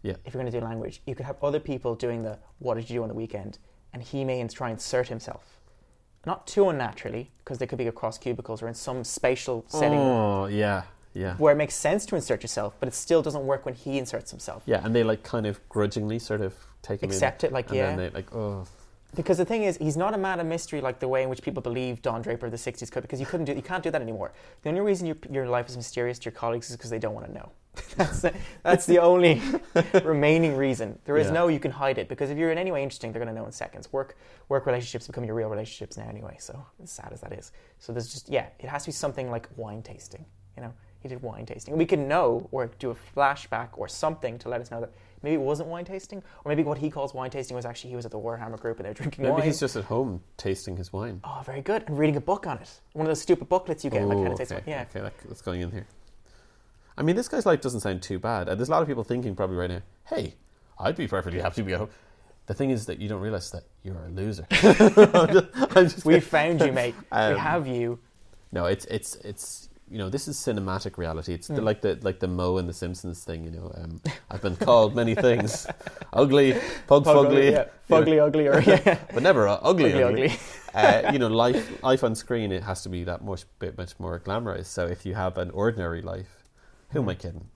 A: Yeah.
B: If you're going to do language, you could have other people doing the what did you do on the weekend, and he may ins- try and insert himself. Not too unnaturally, because they could be across cubicles or in some spatial setting
A: Oh, yeah, yeah.
B: where it makes sense to insert yourself, but it still doesn't work when he inserts himself.
A: Yeah, and they like kind of grudgingly sort of take him
B: Accept it,
A: in.
B: like,
A: and
B: yeah.
A: then they like, oh,
B: Because the thing is, he's not a man of mystery like the way in which people believe Don Draper of the '60s could. Because you couldn't do, you can't do that anymore. The only reason your your life is mysterious to your colleagues is because they don't want to know. that's, the, that's the only remaining reason. There is
A: Yeah.
B: no you can hide it because if you're in any way interesting, they're going to know in seconds. Work work relationships become your real relationships now anyway. So as sad as that is, so there's just yeah, it has to be something like wine tasting. You know, he did wine tasting. We can know or do a flashback or something to let us know that. Maybe it wasn't wine tasting, or maybe what he calls wine tasting was actually he was at the Warhammer group and they were drinking
A: maybe
B: wine.
A: he's just at home tasting his wine.
B: Oh, very good. And reading a book on it. One of those stupid booklets you get. that
A: Oh,
B: kind of tastes
A: okay,
B: like, yeah.
A: okay, that, that's going in here. I mean, this guy's life doesn't sound too bad. Uh, There's a lot of people thinking probably right now, hey, I'd be perfectly happy to be at home. The thing is that you don't realize that you're a loser. I'm just- I'm just
B: We found you, mate.
A: Um,
B: we have you.
A: No, it's it's it's you know, this is cinematic reality. It's
B: Hmm.
A: the, like the like the Mo and the Simpsons thing. You know, um, I've been called many things, ugly, pug, fugly,
B: yeah.
A: you know,
B: Fugly, ugly, or yeah.
A: but never uh, ugly,
B: Ugly,
A: ugly.
B: ugly.
A: uh, you know, life life on screen it has to be that much bit much more glamorous. So if you have an ordinary life, who am I kidding?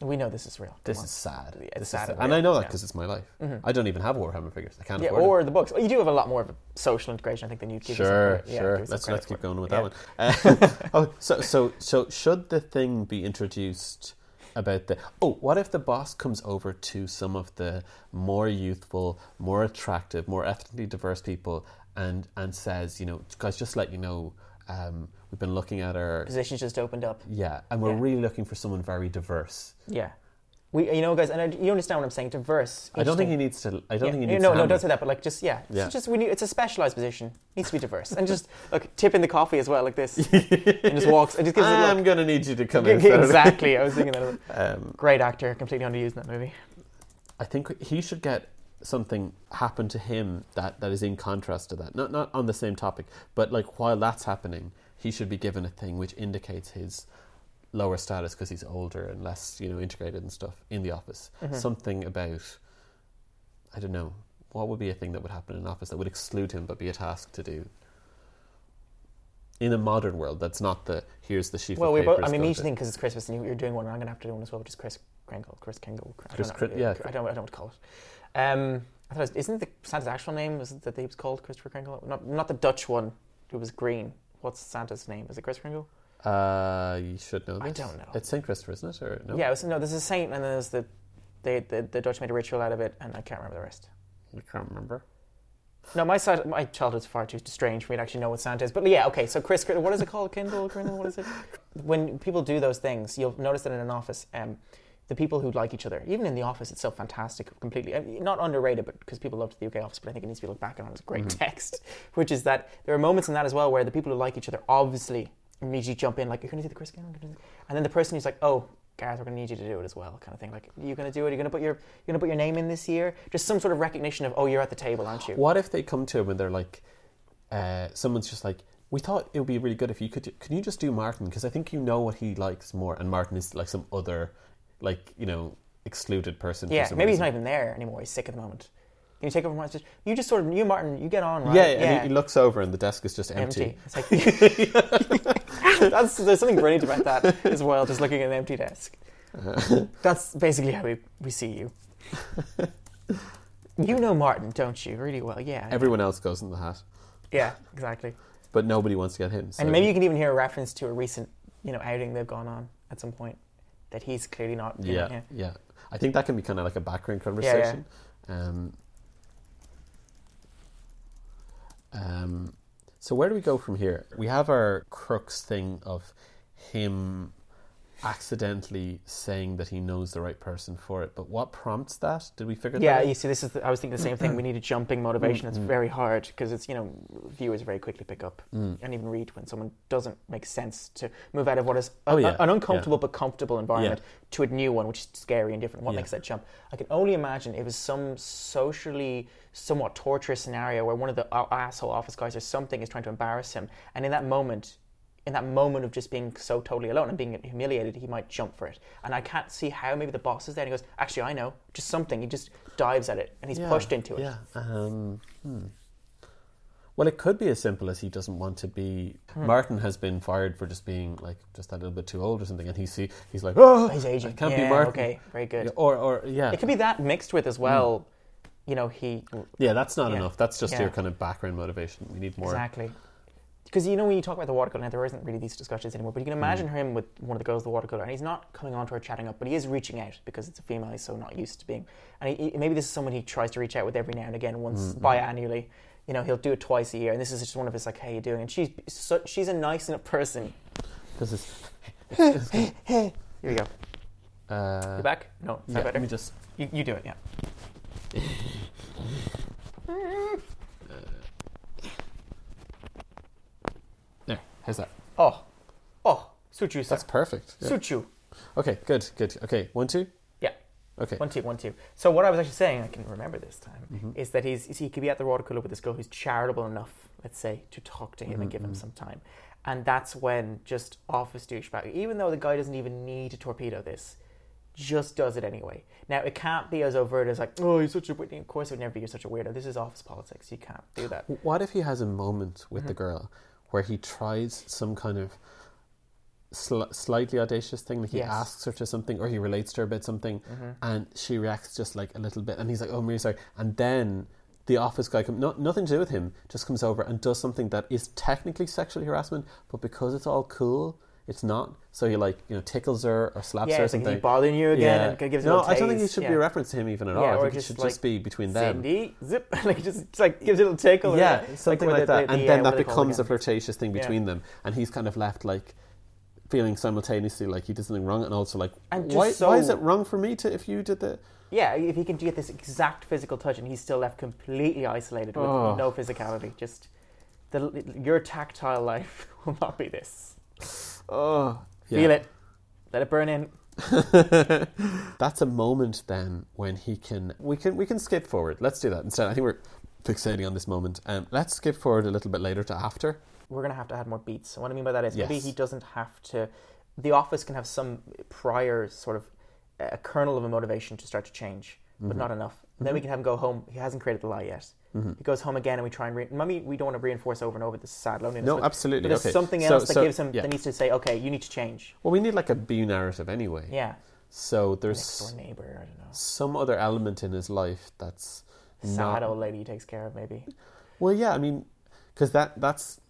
B: We know this is real. Come
A: This
B: on.
A: is sad.
B: Yeah, it's
A: This is
B: sad
A: sad.
B: and
A: and
B: real,
A: I know that
B: yeah. Mm-hmm.
A: because it's my life. I don't even have Warhammer figures. I can't
B: yeah,
A: afford
B: or
A: them.
B: the books. Well, you do have a lot more of a social integration, I think, than you give yourself
A: Sure,
B: credit- yeah,
A: sure.
B: give yourself
A: Let's let's
B: credit
A: keep
B: for.
A: going with that one. Uh, oh, so so so should the thing be introduced about the? Oh, what if the boss comes over to some of the more youthful, more attractive, more ethnically diverse people and and says, you know, guys, just to let you know, um, we've been looking at our
B: Positions just opened up.
A: yeah, and we're
B: Yeah.
A: really looking for someone very diverse.
B: Yeah. We, you know, guys, and I, you understand what I'm saying. Diverse.
A: I don't think
B: Interesting.
A: he needs to. I don't
B: Yeah.
A: think he
B: No,
A: needs.
B: no,
A: to
B: no,
A: hammer-
B: don't say that. But like, just yeah, It's
A: Yeah.
B: just we need, it's a specialized position. Needs to be diverse, and just look, tip in the coffee as well, like this, and just walks and just gives it a
A: I'm
B: look.
A: gonna need you to come in.
B: exactly, I was thinking that.
A: Um,
B: Great actor, completely underused in that movie.
A: I think he should get something happen to him that, that is in contrast to that. Not not on the same topic, but like while that's happening, he should be given a thing which indicates his lower status because he's older and less you know integrated and stuff in the office.
B: Mm-hmm.
A: Something about I don't know what would be a thing that would happen in an office that would exclude him but be a task to do. In a modern world, that's not the here's the sheaf.
B: Well,
A: of
B: we both.
A: papers,
B: I mean,
A: go
B: each
A: to-
B: thing because it's Christmas, and you, you're doing one, and I'm going to have to do one as well, which is Chris Kringle, Chris Kringle. I don't
A: Chris
B: know-
A: Cri- yeah.
B: I don't. I don't know what to call it. Um, I thought it was, isn't the Santa's actual name is it that he was called Christopher Kringle? Not, not the Dutch one who was green. What's Santa's name? Is it Chris Kringle?
A: Uh, you should know.
B: I
A: This.
B: don't know.
A: It's Saint Christopher, isn't it? Or no?
B: Yeah, it was, no, there's a saint, and then there's the, they, the the Dutch made a ritual out of it, and I can't remember the rest.
A: I can't remember.
B: No, my side, my childhood's far too strange for me to actually know what Santa is. But yeah, okay. So Chris, Cri- what is it called? Kindle, Grindle, what is it? When people do those things, you'll notice that in an office, um, the people who like each other, even in the office itself, fantastic, completely I mean, not underrated, but because people loved the UK office, but I think it needs to be looked back on as a great text, which is that there are moments in that as well where the people who like each other obviously immediately jump in, like you're going to do the Chris Kindle, and then the person who's like, oh. Gareth, we're going to need you to do it as well, kind of thing. Like, you're going to do it. You're going to put your, you're going to put your name in this year. Just some sort of recognition of, oh, you're at the table, aren't you?
A: What if they come to him and they're like, uh, someone's just like, we thought it would be really good if you could. do- Can you just do Martin? Because I think you know what he likes more, and Martin is like some other, like you know, excluded person. for
B: Yeah,
A: some
B: maybe he's
A: reason.
B: not even there anymore. He's sick at the moment. Can you take over Martin's? You just sort of you, Martin. You get on, right?
A: Yeah, and he- He, looks over and the desk is just empty.
B: empty. It's like that's there's something brilliant about that as well. Just looking at an empty desk.
A: Uh-huh.
B: that's basically how we, we see you. You know Martin, don't you? Really well, yeah. I-
A: Everyone else goes in the hat,
B: yeah, exactly.
A: but nobody wants to get him. So
B: And maybe you can even hear a reference to a recent, you know, outing they've gone on at some point that he's clearly not. in,
A: yeah, yeah, I think that can be kind of like a background
B: yeah.
A: conversation. Um, um, so where do we go from here? We have our crux thing of him accidentally saying that he knows the right person for it, but what prompts that? Did we figure
B: Yeah,
A: that?
B: you see, this is. The, I was thinking the same thing. We need a jumping motivation.
A: Mm-hmm.
B: It's very hard because it's you know viewers very quickly pick up
A: Mm.
B: and even read when someone doesn't make sense to move out of what is a-
A: Oh, yeah.
B: a- an uncomfortable but comfortable environment to a new one, which is scary and different. What
A: Yeah.
B: makes that jump? I can only imagine it was some socially somewhat torturous scenario where one of the a- asshole office guys or something is trying to embarrass him, and in that moment. In that moment of just being so totally alone and being humiliated, he might jump for it. And I can't see how maybe the boss is there and he goes, Actually, I know, just something. He just dives at it and he's
A: Yeah,
B: pushed into it.
A: Yeah. Um, hmm. Well, it could be as simple as he doesn't want to be.
B: Hmm.
A: Martin has been fired for just being like just that little bit too old or something, and he see he's like, oh,
B: He's aging.
A: I can't
B: Yeah,
A: be Martin. Hmm.
B: Okay, very good.
A: Yeah, Or, or yeah,
B: It could be that mixed with as well, you know, he.
A: yeah. That's not
B: yeah.
A: enough. That's just
B: Yeah.
A: your kind of background motivation. We need more.
B: Exactly. Because you know when you talk about the watercolor now, there isn't really these discussions anymore. But you can
A: Mm-hmm.
B: imagine him with one of the girls, with the watercolor, and he's not coming on to her chatting up, but he is reaching out because it's a female. He's so not used to being, and he, he- maybe this is someone he tries to reach out with every now and again, once
A: Mm-hmm.
B: biannually. You know, he'll do it twice a year, and this is just one of his like, "How you doing?" And she's so, she's a nice enough person.
A: This is.
B: Here we go.
A: Uh,
B: You back? No, is
A: yeah,
B: that better?
A: let me just.
B: You, you do it. Yeah.
A: There. How's that?
B: Oh, oh, suit you, sir.
A: That's perfect. Yeah.
B: suit you.
A: Okay. Good. Good. Okay. One, two.
B: Yeah.
A: Okay.
B: One two, one two. So what I was actually saying, I can remember this time,
A: Mm-hmm.
B: is
A: Mm-hmm.
B: that he's is he could be at the watercolor with this girl who's charitable enough, let's say, to talk to him and give him some time. And that's when just office douchebag, even though the guy doesn't even need to torpedo this, just does it anyway. Now it can't be as overt as like, oh, you're such a weirdo. Of course, it would never be. You're such a weirdo. This is office politics. You can't do that.
A: What if he has a moment with
B: Mm-hmm.
A: the girl where he tries some kind of sli- slightly audacious thing? Like he
B: Yes. Mm-hmm.
A: asks her to something or he relates to her about something and she reacts just like a little bit and he's like, oh, I'm really sorry. And then the office guy, come, not, nothing to do with him, just comes over and does something that is technically sexual harassment, but because it's all cool, it's not. So he like, you know, tickles her or slaps
B: Yeah,
A: her or
B: it's like, is he
A: something.
B: bothering you again? And kinda gives her a
A: no,
B: little
A: I don't think it
B: taste.
A: should
B: yeah.
A: be a reference to him even at
B: Yeah,
A: all. I
B: or
A: think it
B: just
A: should
B: like
A: just be between them.
B: Cindy, zip, like just it's like gives it a little tickle. or
A: Yeah,
B: whatever.
A: something
B: with
A: like,
B: the-
A: that.
B: the-
A: and
B: the,
A: then
B: uh, what
A: that
B: do they call it
A: becomes a
B: again?
A: flirtatious thing
B: Yeah.
A: between them. And he's kind of left like feeling simultaneously like he did something wrong and also like
B: And just
A: why, why is
B: so-
A: it wrong for me to if you did the
B: Yeah, if he can get this exact physical touch and he's still left completely isolated with
A: Oh.
B: no physicality, just the, your tactile life will not be this.
A: oh
B: Feel it, let it burn in.
A: That's a moment then when he can we can we can skip forward. Let's do that instead. I think we're fixating on this moment. Um, let's skip forward a little bit later to after.
B: We're gonna have to add more beats. And what I mean by that is maybe
A: Yes.
B: he doesn't have to. The office can have some prior sort of a kernel of a motivation to start to change, but
A: Mm-hmm.
B: not enough. Then we can have him go home. He hasn't created the lie yet. He goes home again, and we try and re- maybe we don't want to reinforce over and over this sad loneliness.
A: No,
B: but-
A: absolutely.
B: But there's
A: okay.
B: something
A: So-
B: else that
A: so,
B: gives him
A: yeah.
B: that needs to say, okay, you need to change.
A: Well, we need like a B narrative anyway.
B: Yeah.
A: So there's
B: next door neighbor. I don't know.
A: some other element in his life that's
B: Sad
A: not
B: old lady he takes care of, maybe.
A: Well, yeah, I mean, because that that's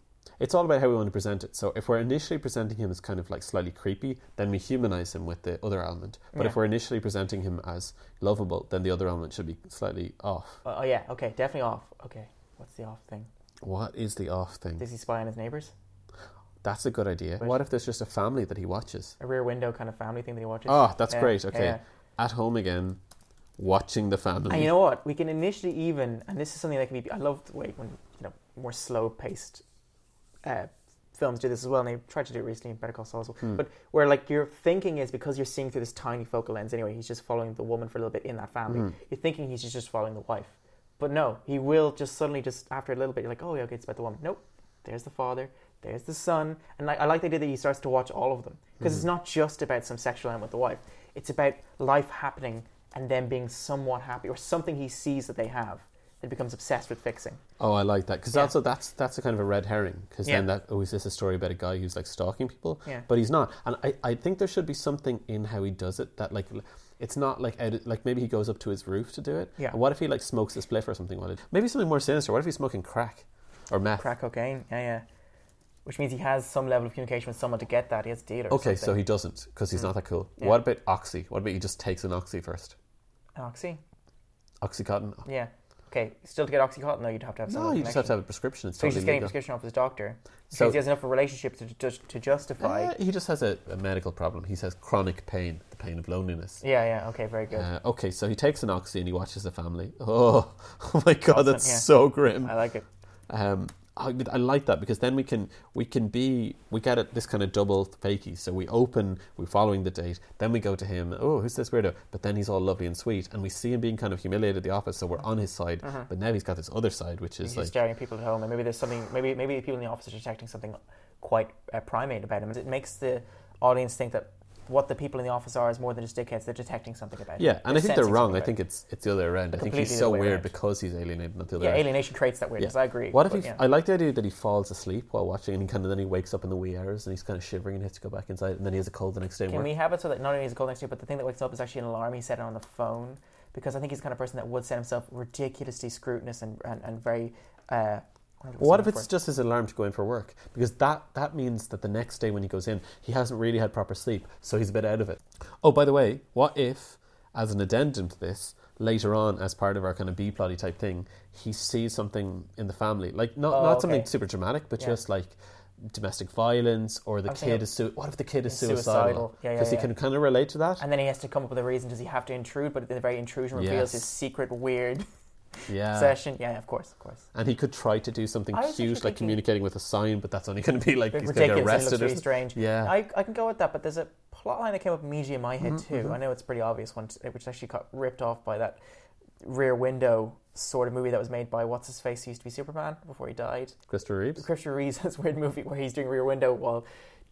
A: it's all about how we want to present it. So if we're initially presenting him as kind of like slightly creepy, then we humanize him with the other element. But
B: Yeah.
A: if we're initially presenting him as lovable, then the other element should be slightly off.
B: Oh, oh, yeah, okay, definitely off. Okay, what's the off thing?
A: What is the off thing?
B: Does he spy on his neighbors?
A: That's a good idea.
B: Right.
A: What if there's just a family that he watches?
B: A rear window kind of family thing that he watches?
A: Oh, that's
B: Yeah,
A: great. Okay,
B: yeah.
A: at home again, watching the family.
B: And you know what? We can initially even, and this is something that can be. I love the way when you know more slow-paced uh, films do this as well, and they tried to do it recently in Better Call Saul as well. But where like your thinking is because you're seeing through this tiny focal lens anyway. He's just following the woman for a little bit in that family. You're thinking he's just following the wife, but no, he will just suddenly just after a little bit. You're like, oh, yeah, okay, it's about the woman. Nope, there's the father. There's the son, and like I like the idea that he starts to watch all of them because it's not just about some sexual element with the wife. It's about life happening and then being somewhat happy or something he sees that they have that becomes obsessed with fixing.
A: Oh, I like that because
B: Yeah.
A: also that's that's a kind of a red herring because then
B: Yeah.
A: that oh is this a story about a guy who's like stalking people?
B: Yeah.
A: But he's not, and I, I think there should be something in how he does it that like l- it's not like out, like maybe he goes up to his roof to do it.
B: Yeah.
A: And What if he like smokes a spliff or something? While it, maybe something more sinister. What if he's smoking crack or meth?
B: Crack cocaine, yeah, yeah. Which means he has some level of communication with someone to get that. He has a dealer. or
A: Okay, so
B: something. Mm.
A: he doesn't because he's not that cool.
B: Yeah.
A: What about oxy? What about he just takes an oxy first?
B: An oxy,
A: Oxycontin?
B: yeah. Okay, still to get oxycontin though, you'd have to have some.
A: No,
B: other
A: you just have to
B: connection.
A: have a prescription. It's
B: So he's
A: totally
B: just getting a
A: legal.
B: prescription off his doctor.
A: So-
B: So he has enough of a relationship to, to, to justify.
A: Uh, he just has a, a medical problem. He has chronic pain, the pain of loneliness.
B: yeah, yeah. Okay, very good.
A: Uh, okay, so he takes an oxy and he watches the family. Oh, oh my god, that's
B: yeah.
A: so grim.
B: I like it.
A: Um, I, I like that because then we can we can be we get at this kind of double fakey. So we open, we're following the date, then we go to him. Oh, who's this weirdo? But then he's all lovely and sweet, and we see him being kind of humiliated at the office. So we're on his side, but now he's got this other side, which is
B: Uh-huh. He's
A: like
B: just staring at people at home, and maybe there's something. Maybe maybe the people in the office are detecting something quite uh, primate about him. It makes the audience think that what the people in the office are is more than just dickheads. They're detecting something about him.
A: yeah. And I think they're
B: sensing
A: wrong.
B: something
A: I
B: about
A: think it's it's the other way around. I think
B: Completely
A: he's
B: the
A: so
B: other way
A: weird
B: around.
A: because he's alienated, not the
B: him.
A: other.
B: yeah,
A: way.
B: alienation creates that weirdness. I agree.
A: What if
B: but
A: he?
B: yeah.
A: I like the idea that he falls asleep while watching, and he kind of then he wakes up in the wee hours, and he's kind of shivering, and he has to go back inside, and then he has a cold the next day. and
B: Can
A: work.
B: we have it so that not only is it cold next to you, but the thing that wakes up is actually an alarm? He set it on the phone because I think he's the kind of person that would set himself ridiculously scrutinous and and, and very. Uh,
A: What if it's just his alarm to go in for work? Because that that means that the next day when he goes in, he hasn't really had proper sleep, so he's a bit out of it. Oh, by the way, what if, as an addendum to this, later on, as part of our kind of B plotty type thing, he sees something in the family, like not
B: Oh,
A: not
B: okay.
A: something super dramatic, but
B: Yeah.
A: just like domestic violence or the
B: I'm thinking
A: kid is su- what if the kid is
B: is
A: suicidal
B: suicidal.
A: because
B: Yeah, yeah,
A: he
B: yeah.
A: can kind of relate to that
B: And then he has to come up with a reason. Does he have to intrude? But the very intrusion reveals
A: Yes.
B: his secret weird
A: yeah
B: session. Yeah, of course, of course.
A: and he could try to do something
B: I was actually
A: cute like
B: thinking-
A: communicating with a sign but that's only going to be like
B: Bit
A: he's going to get
B: ridiculous. and It looks
A: arrested or
B: really
A: something.
B: strange.
A: yeah
B: I, I can go with that, but there's a plot line that came up immediately
A: Mm-hmm,
B: in my head too. I know it's a pretty obvious one, t- which actually got ripped off by that rear window sort of movie that was made by what's his face who used to be Superman before he died.
A: Christopher Reeves.
B: Christopher Reeves has a weird movie where he's doing Rear Window while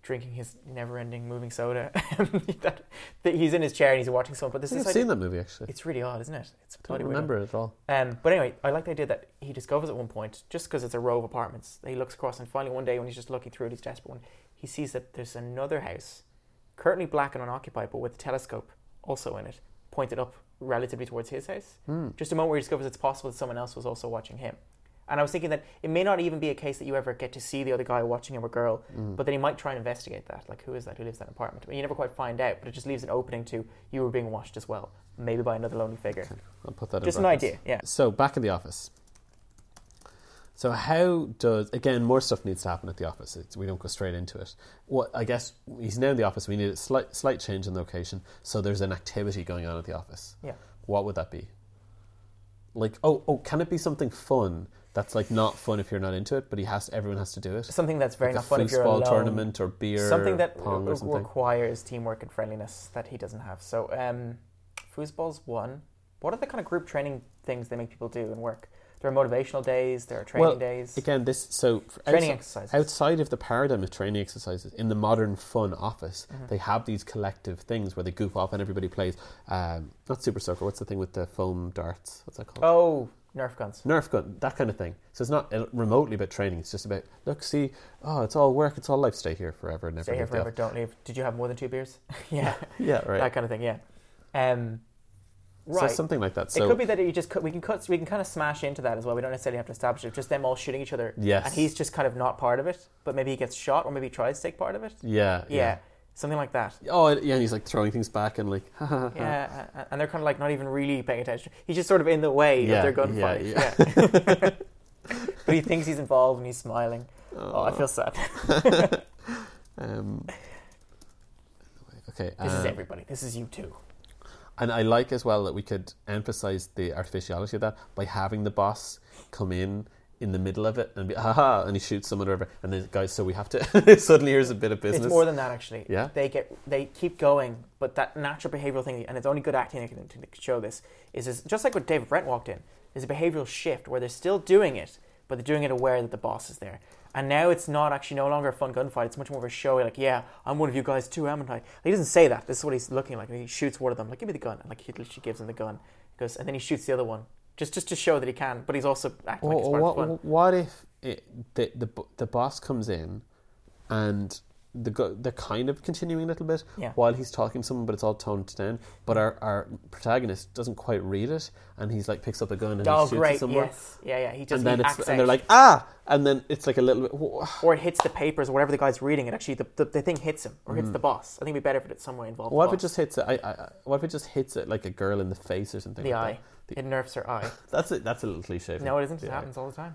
B: drinking his never-ending moving soda. that, that he's in his chair and he's watching someone. But
A: I
B: this
A: think
B: is
A: I've seen that movie actually.
B: it's really odd, isn't it? It's
A: I
B: bloody
A: don't
B: weird.
A: remember it at all.
B: Um, but anyway, I like the idea that he discovers at one point, just because it's a row of apartments, that he looks across and finally one day when he's just looking through it, he's desperate one, he sees that there's another house, currently black and unoccupied, but with a telescope also in it, pointed up relatively towards his house. Just a moment where he discovers it's possible that someone else was also watching him. And I was thinking that it may not even be a case that you ever get to see the other guy watching him or girl, but then he might try and investigate that. Like, who is that? Who lives in that apartment? I mean, you never quite find out, but it just leaves an opening to you were being watched as well, maybe by another lonely figure.
A: I'll put that. in
B: Just an
A: brackets.
B: idea, yeah.
A: So back in the office. So how does again more stuff needs to happen at the office? It's, we don't go straight into it. What I guess he's now in the office. We need a slight slight change in location. So there's an activity going on at the office.
B: Yeah.
A: What would that be? Like oh oh, can it be something fun? That's like not fun if you're not into it, but he has everyone has to do it.
B: Something that's very
A: Like
B: not fun if you're
A: foosball
B: alone.
A: tournament or beer,
B: something that
A: pong
B: re-
A: or something.
B: requires teamwork and friendliness that he doesn't have. So, um, foosball's one. What are the kind of group training things they make people do in work? There are motivational days. There are training
A: Well,
B: days.
A: Again, this so for
B: Training
A: outside-
B: exercises.
A: outside of the paradigm of training exercises in the modern fun office,
B: Mm-hmm.
A: they have these collective things where they goof off and everybody plays. Um, not super soccer. What's the thing with the foam darts? What's that called?
B: oh, Nerf guns.
A: Nerf gun, that kind of thing. So it's not uh, remotely about training. It's just about look, see, oh, it's all work, it's all life. Stay here forever, and never
B: Stay here
A: get the
B: forever. Don't leave. Did you have more than two beers? yeah,
A: Yeah, right.
B: that kind of thing. Yeah. Um,
A: So
B: right.
A: something like that. So
B: it could be that you just cut, we can cut we can kind of smash into that as well. We don't necessarily have to establish it. Just them all shooting each other.
A: Yes.
B: And he's just kind of not part of it, but maybe he gets shot or maybe he tries to take part of it.
A: yeah, yeah,
B: yeah. Something like that.
A: Oh, yeah. And he's like throwing things back and like, ha, ha, ha, ha.
B: Yeah, a- a- and they're kind of like not even really paying attention. He's just sort of in the way
A: Yeah,
B: of their gunfight.
A: yeah,
B: Yeah, but he thinks he's involved and he's smiling. Oh, I feel sad.
A: Um, okay.
B: This is
A: um,
B: everybody. This is you too.
A: And I like as well that we could emphasize the artificiality of that by having the boss come in in the middle of it and be haha, and he shoots someone or whatever, and then guys, so we have to suddenly here's a bit of business.
B: It's more than that, actually.
A: Yeah.
B: They get they keep going, but that natural behavioral thing, and it's only good acting that can, to show this, is is just like what David Brent walked in. There's a behavioral shift where they're still doing it, but they're doing it aware that the boss is there. And now it's not actually no longer a fun gunfight. It's much more of a showy, like, yeah, I'm one of you guys too, haven't I? Like, he doesn't say that. This is what he's looking like. And he shoots one of them, like, give me the gun. And like, he literally gives him the gun. He goes, and then he shoots the other one, just just to show that he can. But he's also acting like
A: Or-
B: it's
A: or
B: part of the
A: what,
B: fun.
A: what if it, the, the bo- the boss comes in and the go- they're kind of continuing a little bit
B: Yeah.
A: while he's talking to someone, but it's all toned down. But our, our protagonist doesn't quite read it, and he's like picks up a gun and he
B: Oh,
A: shoots at
B: great!
A: someone.
B: Yes, yeah, yeah. He just
A: And then
B: he
A: it's
B: acts
A: and
B: out.
A: they're like ah, and then it's like a little bit. wha-
B: or it hits the papers or whatever the guy's reading. It actually the, the, the thing hits him or hits the boss. I think it'd be better if it's somewhere involved. the
A: Mm. What if it
B: boss.
A: just hits it? I, I, I- what if it just hits it like a girl in the face or something?
B: the
A: like
B: eye?
A: that?
B: It nerfs her eye.
A: The- that's a, that's a little cliche.
B: No, it isn't. It
A: Yeah.
B: happens all the time.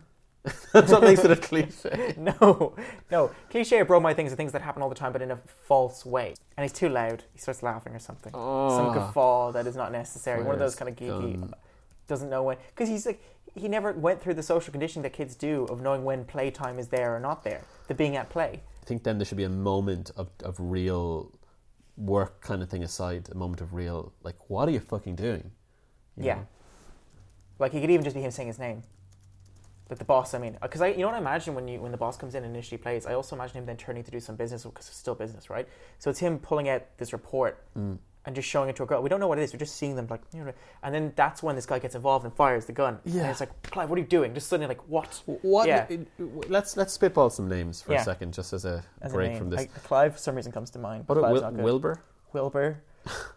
A: that's what makes it a cliche.
B: No, no. Cliche or bromide things are things that happen all the time, but in a false way. And he's too loud. He starts laughing or something. Some
A: Oh.
B: guffaw that is not necessary. One of
A: Where's
B: those kind of geeky. uh,
A: gun?
B: Doesn't know when because he's like he never went through the social conditioning that kids do of knowing when playtime is there or not there. The being at play.
A: I think then there should be a moment of, of real work kind of thing aside, a moment of real like, what are you fucking doing? You
B: Yeah.
A: know?
B: Like it could even just be him saying his name. Like the boss, I mean, because I, you know what I imagine when you when the boss comes in and initially plays, I also imagine him then turning to do some business because it's still business, right? So it's him pulling out this report and just showing it to a girl. We don't know what it is. We're just seeing them like, you know, and then that's when this guy gets involved and fires the gun.
A: Yeah.
B: and it's like, Clive, what are you doing? Just suddenly like, what?
A: What?
B: Yeah.
A: it- it- let's let's spitball some names for
B: Yeah.
A: a second, just as a
B: As a
A: break
B: name.
A: from this.
B: I- Clive, for some reason, comes to mind.
A: what
B: But
A: about
B: Clive's
A: uh, Wil-
B: not good.
A: Wilbur?
B: Wilbur.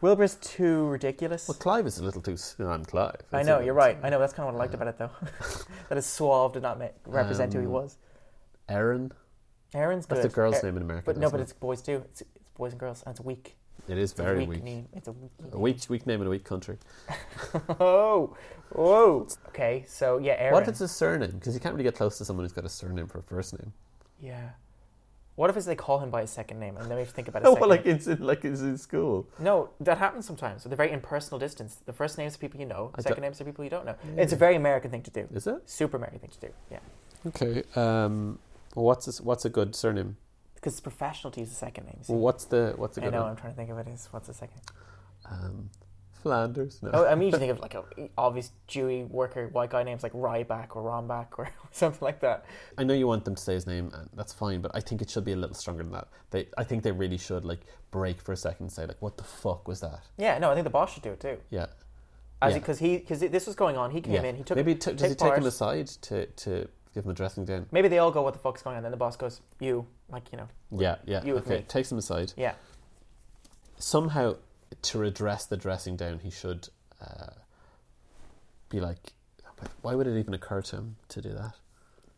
B: Wilbur's too ridiculous.
A: Well, Clive is a little too. s- I'm Clive.
B: I
A: It's
B: know,
A: a-
B: you're right. I know. That's kind of what I liked about it, though. that his suave did not ma- represent who he
A: Um,
B: was.
A: Aaron.
B: Aaron's good.
A: That's the girl's
B: Er-
A: name in America.
B: But no,
A: isn't
B: but it's boys too. It's, it's boys and girls, and it's weak.
A: it? it is
B: It's a
A: very
B: weak
A: weak.
B: Name. It's a weak.
A: A weak, weak name in a weak country.
B: name. oh, whoa. Okay, so yeah, Aaron.
A: What if it's a surname? Because you can't really get close to someone who's got a surname for a first name.
B: yeah. What if it's they call him by his second name, and then we have to think about his
A: Oh,
B: second.
A: well, like
B: name.
A: it's in, like it's in school.
B: No, that happens sometimes with a very impersonal distance. The first names are people you know,
A: I
B: second
A: don't- Mm.
B: names are people you don't know. It's a very American thing to do.
A: Is it
B: Super American thing to do. Yeah,
A: okay? Um, what's a, what's a good surname?
B: because it's professional to use a second name. you see.
A: Well, what's the what's a
B: I
A: good
B: know.
A: one?
B: I'm trying to think of it. Is what's the second? name?
A: Um, Flanders. No.
B: Oh, I'm usually thinking of like a obvious Jewy worker white guy names like Ryback or Rombach or something like that.
A: I know you want them to say his name, and that's fine. But I think it should be a little stronger than that. They, I think they really should like break for a second and say like, "What the fuck was that?"
B: Yeah, no, I think the boss should do it too.
A: Yeah.
B: As
A: Yeah.
B: because he because this was going on, he came
A: yeah.
B: in, he took
A: Maybe t- does
B: take
A: he take
B: part.
A: him aside to to give him a dressing down?
B: Maybe they all go, "What the fuck's going on?" Then the boss goes, "You like you know,
A: Yeah, yeah.
B: You with
A: okay,
B: me.
A: takes him aside.
B: yeah."
A: somehow to redress the dressing down, he should uh, be like, why would it even occur to him to do that?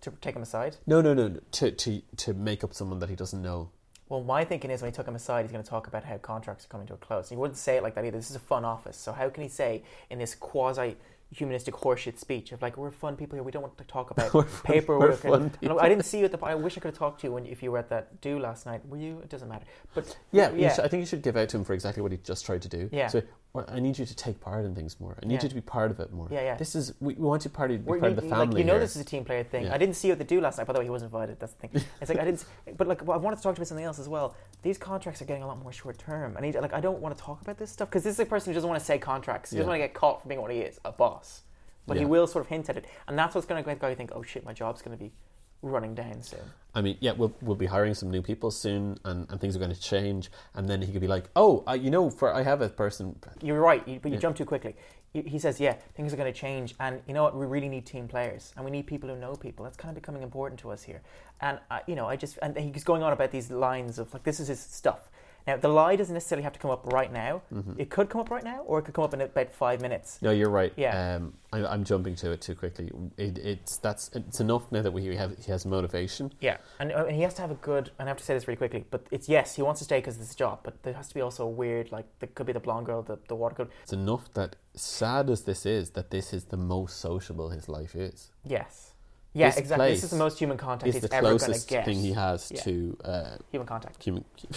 B: To take him aside.
A: No, no, no, no. To to to make up someone that he doesn't know.
B: Well, my thinking is when he took him aside, he's going to talk about how contracts are coming to a close. He wouldn't say it like that either. This is a fun office. So, how can he say in this quasi humanistic horseshit speech of like, we're fun people here, we don't want to talk about
A: We're fun-
B: paperwork?
A: we're fun
B: and- and I didn't see you at the. I wish I could have talked to you when, if you were at that do last night. Were you? It doesn't matter. But
A: Yeah, you should- I think you should give out to him for exactly what he just tried to do.
B: Yeah.
A: So well, I need you to take part in things more. I need
B: Yeah.
A: you to be part of it more.
B: Yeah, yeah.
A: This is we, we want you party to be
B: We're-
A: part of the
B: you-
A: family.
B: Like, you know,
A: here.
B: this is a team player thing.
A: Yeah.
B: I didn't see you at the do last night. By the way, he was invited. That's the thing. It's like I didn't. s- But like, well, I wanted to talk to you about something else as well. These contracts are getting a lot more short term. I need like I don't want to talk about this stuff because this is a person who doesn't want to say contracts. He doesn't
A: Yeah.
B: want to get caught for being what he is, a boss. But he
A: Yeah.
B: will sort of hint at it, and that's what's going to make the guy think, oh shit, my job's going to be running down soon.
A: I mean, yeah, we'll, we'll be hiring some new people soon, and, and things are going to change. And then he could be like, "Oh, I, you know, for I have a person
B: You're right, you, but you
A: Yeah.
B: jump too quickly. He- He says, yeah, things are going to change. And you know what? We really need team players and we need people who know people. That's kind of becoming important to us here. And, I you know, I just, and he's going on about these lines of like, this is his stuff. Now, the lie doesn't necessarily have to come up right now.
A: Mm-hmm.
B: It could come up right now or it could come up in about five minutes.
A: No, you're right.
B: Yeah.
A: um, I, I'm jumping to it too quickly. It, it's that's it's enough now that we have he has motivation.
B: Yeah. And, uh, and he has to have a good, and I have to say this really quickly, but it's yes, he wants to stay because it's his job, but there has to be also a weird, like, there could be the blonde girl, the, the water girl.
A: It's enough that sad as this is, that this is the most sociable his life is.
B: Yes. Yeah,
A: This
B: exactly. This
A: place
B: is the most human contact
A: It's
B: he's
A: the
B: ever going to
A: closest
B: get.
A: thing he has
B: Yeah.
A: to uh,
B: Human contact,
A: human.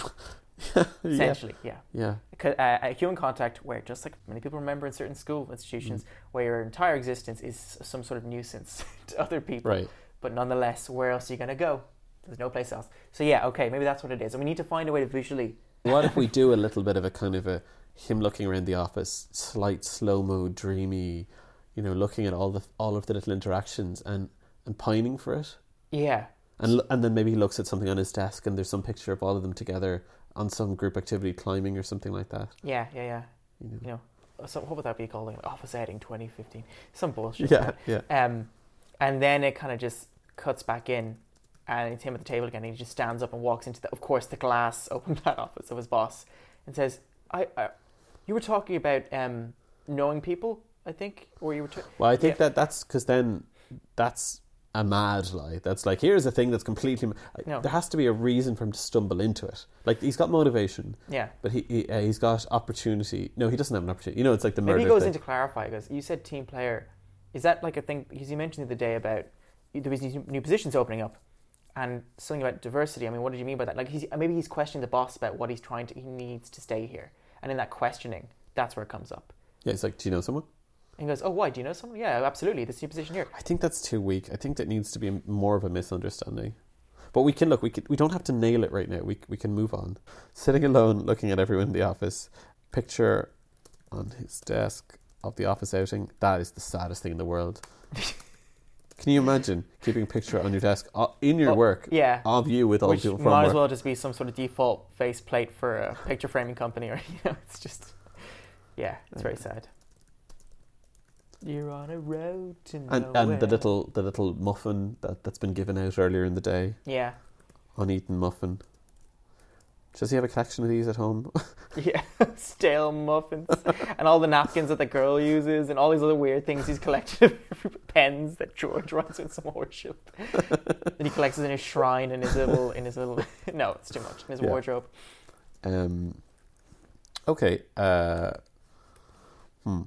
A: yeah,
B: essentially, yeah.
A: yeah,
B: C- uh, a human contact where just like many people remember in certain school
A: Mm.
B: institutions where your entire existence is some sort of nuisance to other people
A: right.
B: but nonetheless where else are you going to go there's no place else so yeah okay maybe that's what it is and we need to find a way to visually
A: What if we do a little bit of a kind of a him looking around the office, slight slow mo, dreamy, you know, looking at all the all of the little interactions and and pining for it.
B: yeah
A: And, l- and then maybe he looks at something on his desk and there's some picture of all of them together on some group activity, climbing or something like that.
B: yeah yeah yeah
A: You know.
B: you know so what would that be called like office editing 2015 some bullshit
A: Yeah, yeah.
B: Um, and then it kind of just cuts back in, and it's him at the table again. And he just stands up and walks into, the, of course, the glass open plan office of his boss, and says, "I, I you were talking about um, knowing people, I think, or you were." T-
A: Well, I think
B: Yeah.
A: that that's because then that's a mad lie. That's like, here's a thing that's completely. m- I-
B: No.
A: There has to be a reason for him to stumble into it. Like, he's got motivation,
B: yeah."
A: but he, he, uh, he's got opportunity. No, he doesn't have an opportunity. You know, it's like the murder.
B: Maybe he goes
A: thing.
B: in to clarify. He goes, "You said team player. Is that like a thing? Because you mentioned the other day about there was these new positions opening up, and something about diversity. I mean, what did you mean by that? Like, he's, maybe he's questioning the boss about what he's trying to. He needs to stay here, and in that questioning, that's where it comes up.
A: yeah, it's like, do you know someone?
B: And he goes, "Oh, why? Do you know someone? Yeah, absolutely. This new position here.
A: I think that's too weak. I think that needs to be more of a misunderstanding. But we can look. We can, we don't have to nail it right now. We we can move on. Sitting alone, looking at everyone in the office, picture on his desk of the office outing. That is the saddest thing in the world. can you imagine keeping a picture on your desk uh, in your
B: Oh,
A: work
B: Yeah,
A: of you with all the
B: which
A: people
B: might
A: from work?
B: as well just be some sort of default faceplate for a picture framing company, or you know, it's just, yeah, it's very sad. You're on a road to
A: And
B: nowhere.
A: and the little the little muffin that that's been given out earlier in the day,
B: yeah,
A: uneaten muffin. Does he have a collection of these at home?
B: yeah, stale muffins, and all the napkins that the girl uses, and all these other weird things he's collected, pens that George runs with some horseshit. that he collects in his shrine in his little in his little. no, it's too much in his
A: Yeah.
B: wardrobe.
A: Um, okay. Uh, hmm.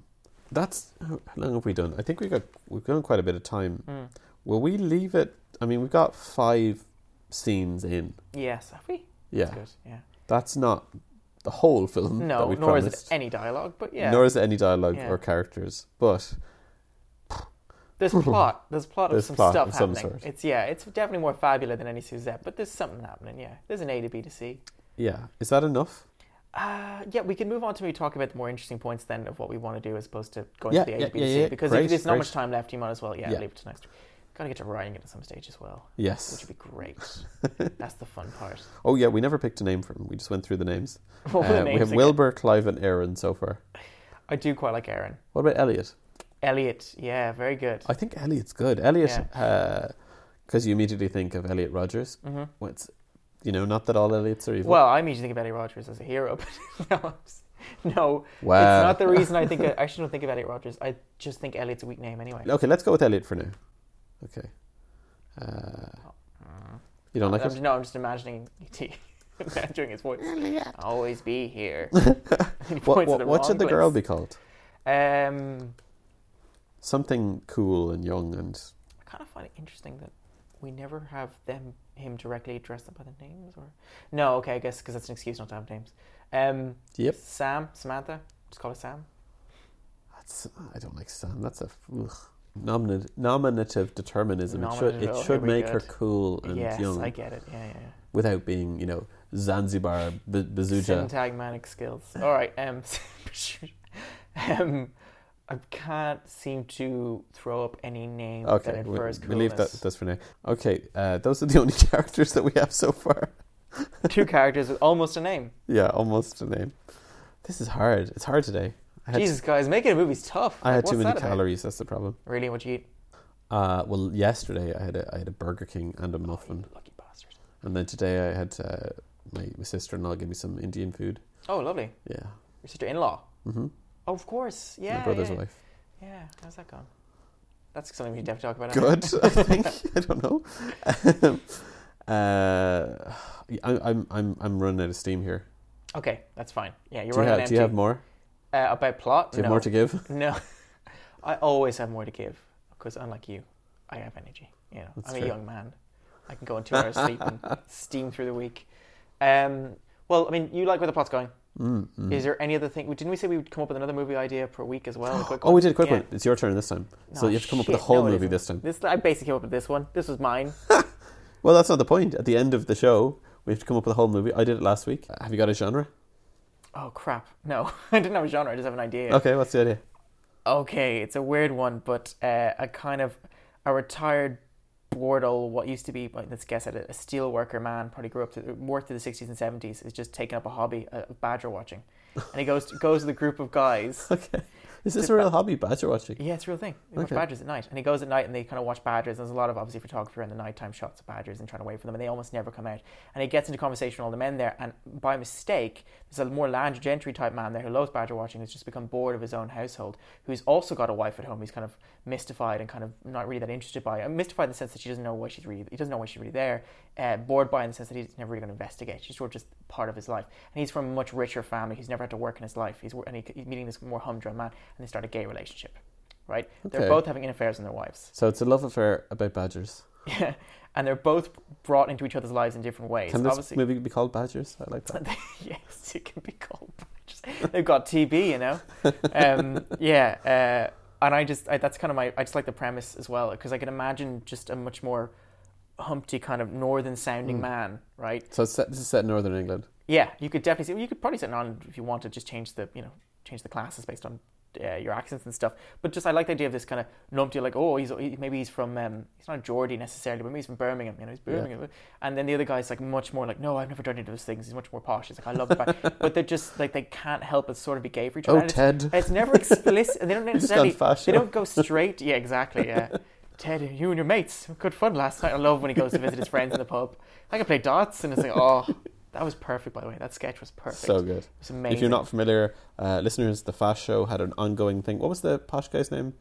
A: That's how long have we done? I think we got we've gone quite a bit of time.
B: Mm.
A: Will we leave it? I mean, we got five scenes in.
B: Yes, have we?
A: Yeah,
B: That's good. Yeah.
A: that's not the whole film. that
B: No,
A: we
B: nor
A: promised.
B: is it any dialogue, but yeah.
A: Nor is it any dialogue
B: Yeah.
A: or characters, but
B: there's plot. There's plot of
A: There's
B: some
A: plot
B: stuff
A: of some
B: happening.
A: sort.
B: It's yeah, it's definitely more fabulous than any Suzette, but there's something happening, yeah. There's an A to B to C.
A: yeah, is that enough?
B: Uh, yeah, we can move on to maybe talk about the more interesting points then of what we want to do as opposed to going
A: Yeah,
B: to the
A: yeah,
B: ABBC.
A: yeah, yeah.
B: Because
A: Great,
B: if there's not
A: great.
B: much time left, you might as well, yeah,
A: Yeah.
B: leave it to next week. Gotta get to writing it at some stage as well, which
A: Yes.
B: would be great. That's the fun part.
A: Oh yeah, we never picked a name for them. We just went through the names.
B: What were the
A: Uh, we
B: names
A: have
B: again?
A: Wilbur, Clive, and Aaron so far.
B: I do quite like Aaron.
A: What about Elliot?
B: Elliot, yeah, very good.
A: I think Elliot's good. Elliot, because you immediately think of Elliot Rogers.
B: hmm
A: Well, it's, you know, not that all Elliots are evil.
B: Well, I'm usually thinking of Eddie Rogers as a hero, but no, I'm s- no,
A: Wow.
B: it's not the reason I think. I actually don't think of Elliot Rogers. I just think Elliot's a weak name anyway.
A: Okay, let's go with Elliot for now. Okay. Uh, you don't like
B: I'm,
A: it?
B: no, I'm just imagining E.T. doing his voice. Always be here. He
A: What,
B: points at
A: what, what
B: wrong
A: should the girl
B: place.
A: be called?
B: Um,
A: Something cool and young and
B: I kind of find it interesting that we never have them him directly address them by the names. Or no, okay, I guess because that's an excuse not to have names. Um,
A: yep.
B: Sam, Samantha, just call her Sam.
A: That's, I don't like Sam. That's a ugh. Nominat- nominative determinism. it should
B: Nominative, Oh,
A: it should
B: here we
A: make
B: go.
A: her cool and
B: yes,
A: young
B: I get it. Yeah, yeah. yeah.
A: without being you know Zanzibar b- bazooka.
B: Syntagmatic skills. All right. Um, um, I can't seem to throw up any name that
A: Okay, we,
B: infers
A: we leave that
B: coolness.
A: that's for now. Okay, uh, those are the only characters that we have so far.
B: Two characters with almost a name.
A: Yeah, almost a name. This is hard. It's hard today. I had,
B: Jesus, guys, making a movie's tough.
A: I
B: Like,
A: had too
B: what's
A: many
B: that about?
A: calories. That's the problem.
B: Really, what you eat?
A: Uh, well, yesterday I had a I had a Burger King and a muffin,
B: Lucky bastard.
A: and then today I had uh, my, my sister in law give me some Indian food.
B: Oh, lovely.
A: Yeah,
B: Your sister-in-law.
A: hmm
B: Oh, of course. Yeah.
A: my brother's
B: yeah.
A: wife.
B: Yeah. How's that gone? That's something we should definitely talk about. I think.
A: Good, I think. I don't know. Um, uh, I, I'm I'm I'm running out of steam here.
B: Okay, that's fine. Yeah, you're
A: Do you,
B: running
A: have, do you have
B: empty.
A: more?
B: uh, about plot?
A: Do you
B: no.
A: have more to give?
B: No, I always have more to give because unlike you, I have energy. You know,
A: That's
B: I'm a
A: fair.
B: young man. I can go on two hours sleep and steam through the week. Um, well, I mean, you like where the plot's going.
A: Mm, mm.
B: Is there any other thing? Didn't we say we would come up with another movie idea per week as well? A quick
A: Oh, we did a quick
B: Yeah.
A: one. It's your turn this time. so
B: No,
A: you have to come up with
B: shit,
A: a whole
B: no, it
A: movie
B: isn't.
A: this time.
B: This I basically came up with this one. This was mine.
A: Well, that's not the point. At the end of the show, we have to come up with a whole movie. I did it last week. Have you got a genre?
B: Oh crap! No, I didn't have a genre. I just have an idea.
A: Okay, what's the idea?
B: Okay, it's a weird one, but uh, a kind of a retired bored old what used to be well, let's guess at it, a steel worker man probably grew up to worked through the 60s and 70s is just taking up a hobby uh, badger watching and he goes to, goes with a group of guys
A: Okay. Is this a real hobby, badger watching?
B: yeah it's a real thing they watch
A: Okay.
B: badgers at night and he goes at night and they kind of watch badgers there's a lot of obviously photography around the nighttime shots of badgers and trying to wait for them and they almost never come out and he gets into conversation with all the men there and by mistake there's a more land gentry type man there who loves badger watching who's just become bored of his own household who's also got a wife at home who's kind of mystified and kind of not really that interested by mystified in the sense that she doesn't know why she's really he doesn't know why she's really there uh, bored by in the sense that he's never really going to investigate she's sort of just part of his life and he's from a much richer family he's never had to work in his life he's wor- and he, he's meeting this more humdrum man and they start a gay relationship right
A: Okay.
B: they're both having affairs with their wives
A: So it's a love affair about badgers.
B: yeah, and they're both brought into each other's lives in different ways.
A: Can this
B: Obviously,
A: movie be called Badgers? I like that.
B: yes, it can be called. badgers. They've got TB, you know. Um, yeah, uh, and I just I, that's kind of my I just like the premise as well because I can imagine just a much more humpty kind of northern
A: Hmm.
B: sounding man, right?
A: So it's set, this is set in Northern England.
B: Yeah, you could definitely see. well, You could probably set it on if you want to just change the you know change the classes based on uh, your accents and stuff. But just I like the idea of this kind of numpty like oh he's he, maybe he's from um, he's not Geordie necessarily, but maybe he's from Birmingham. You know he's
A: Yeah.
B: Birmingham. And then the other guy's like much more like no I've never done any of those things. He's much more posh. He's like I love the fact- but they're just like they can't help but sort of be gay for each other.
A: Oh,
B: And it's-
A: Ted.
B: it's never explicit. and They don't
A: You just
B: necessarily.
A: gone fast.
B: They don't go straight. Yeah, exactly. Yeah. Ted, you and your mates, good fun last night. I love when he goes to visit his friends in the pub. I can play darts, and it's like, oh, that was perfect. By the way, that sketch was perfect.
A: So good.
B: it's amazing.
A: If you're not familiar, uh, listeners, the Fast Show had an ongoing thing. What was the posh guy's name?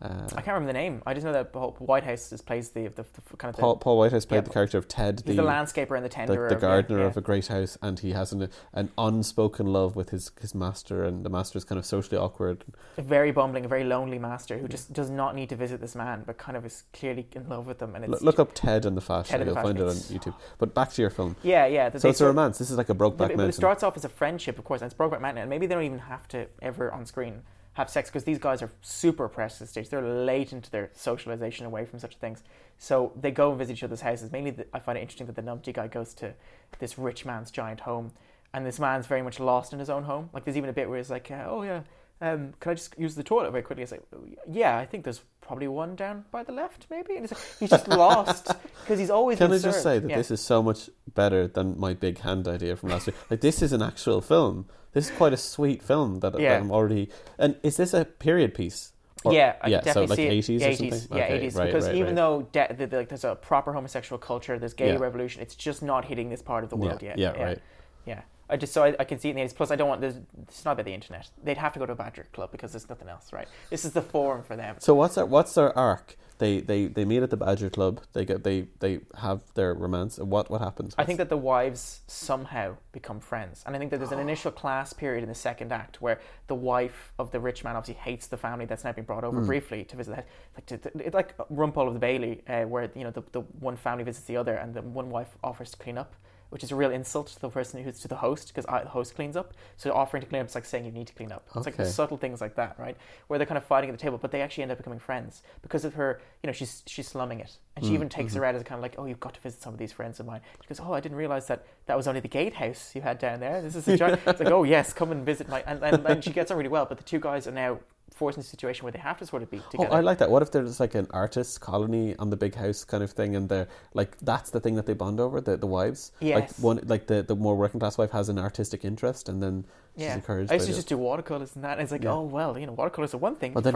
A: Uh,
B: I can't remember the name. I just know that Paul- White House just plays the, the, the kind of
A: Paul, Paul Whitehouse played
B: Yeah,
A: the character of Ted,
B: the, he's the, landscaper and
A: the,
B: the tenderer,
A: the
B: of- yeah,
A: gardener
B: yeah.
A: of a great house, and he has an, an unspoken love with his, his master, and the master is kind of socially awkward.
B: a very bumbling, a very lonely master who just does not need to visit this man, but kind of is clearly in love with him. And
A: L-
B: it's
A: look up Ted and the Fast
B: Ted
A: Show,
B: and the
A: you'll
B: Fast
A: find it
B: Show.
A: on YouTube. But back to your film.
B: yeah, yeah. that
A: So
B: they
A: it's a
B: sort-
A: romance. This is like a
B: Yeah,
A: Brokeback
B: but- but
A: Mountain.
B: it starts off as a friendship, of course, and it's Brokeback Mountain, and maybe they don't even have to ever on screen have sex because these guys are super oppressed at this stage. They're late into their socialization away from such things, so they go and visit each other's houses. Mainly, the, I find it interesting that the numpty guy goes to this rich man's giant home, and this man's very much lost in his own home. Like there's even a bit where he's like, uh, "Oh yeah, um, can I just use the toilet very quickly?" It's like, "Yeah, I think there's probably one down by the left, maybe." And it's like, he's just lost because he's always.
A: Can
B: been
A: I just
B: served.
A: say that
B: Yeah.
A: this is so much better than my big hand idea from last week? Like, this is an actual film. This is quite a sweet film that, that
B: Yeah.
A: I'm already. And is this a period piece? Or-
B: yeah, I
A: yeah.
B: could definitely
A: so like
B: see
A: 80s
B: it. yeah,
A: or something.
B: 80s, yeah,
A: Okay,
B: 80s.
A: right,
B: because
A: right,
B: even
A: right.
B: though de- the, the, like there's a proper homosexual culture, there's gay
A: Yeah.
B: revolution, it's just not hitting this part of the world
A: yeah,
B: yet.
A: yeah, right.
B: Yeah. I just so I, I can see it in the 80s. Plus, I don't want this. It's not about the internet. They'd have to go to a badger club because there's nothing else, right? This is the forum for them.
A: So what's their what's their arc? They they they meet at the Badger Club. They get they they have their romance. And What what happens?
B: I think that the wives somehow become friends. And I think that there's an initial class period in the second act where the wife of the rich man obviously hates the family that's now been brought over briefly to visit that. Like, to, to, it's like Rumpole of the Bailey, uh, where, you know, the, the one family visits the other and the one wife offers to clean up, which is a real insult to the person who's to the host because the host cleans up. So offering to clean up is like saying you need to clean up. It's like the
A: Okay.
B: subtle things like that, right? Where they're kind of fighting at the table, but they actually end up becoming friends because of her. You know, she's she's slumming it, and
A: Mm,
B: she even
A: mm-hmm.
B: takes her out as kind of like, oh, you've got to visit some of these friends of mine. She goes, oh, I didn't realize that that was only the gatehouse you had down there. This is a giant. it's like, oh yes, come and visit my. And, and, and she gets on really well, but the two guys are now forced into a situation where they have to sort of be
A: Oh,
B: together.
A: I like that. What if there's like an artist colony on the big house kind of thing, and they're like that's the thing that they bond over the the wives. Like
B: Yes.
A: one like the the more working class wife has an artistic interest, and then she's
B: yeah,
A: encouraged.
B: I used
A: by
B: to
A: the-
B: just do watercolors and that. And it's like,
A: Yeah.
B: oh well, you know, watercolors are one thing,
A: But then-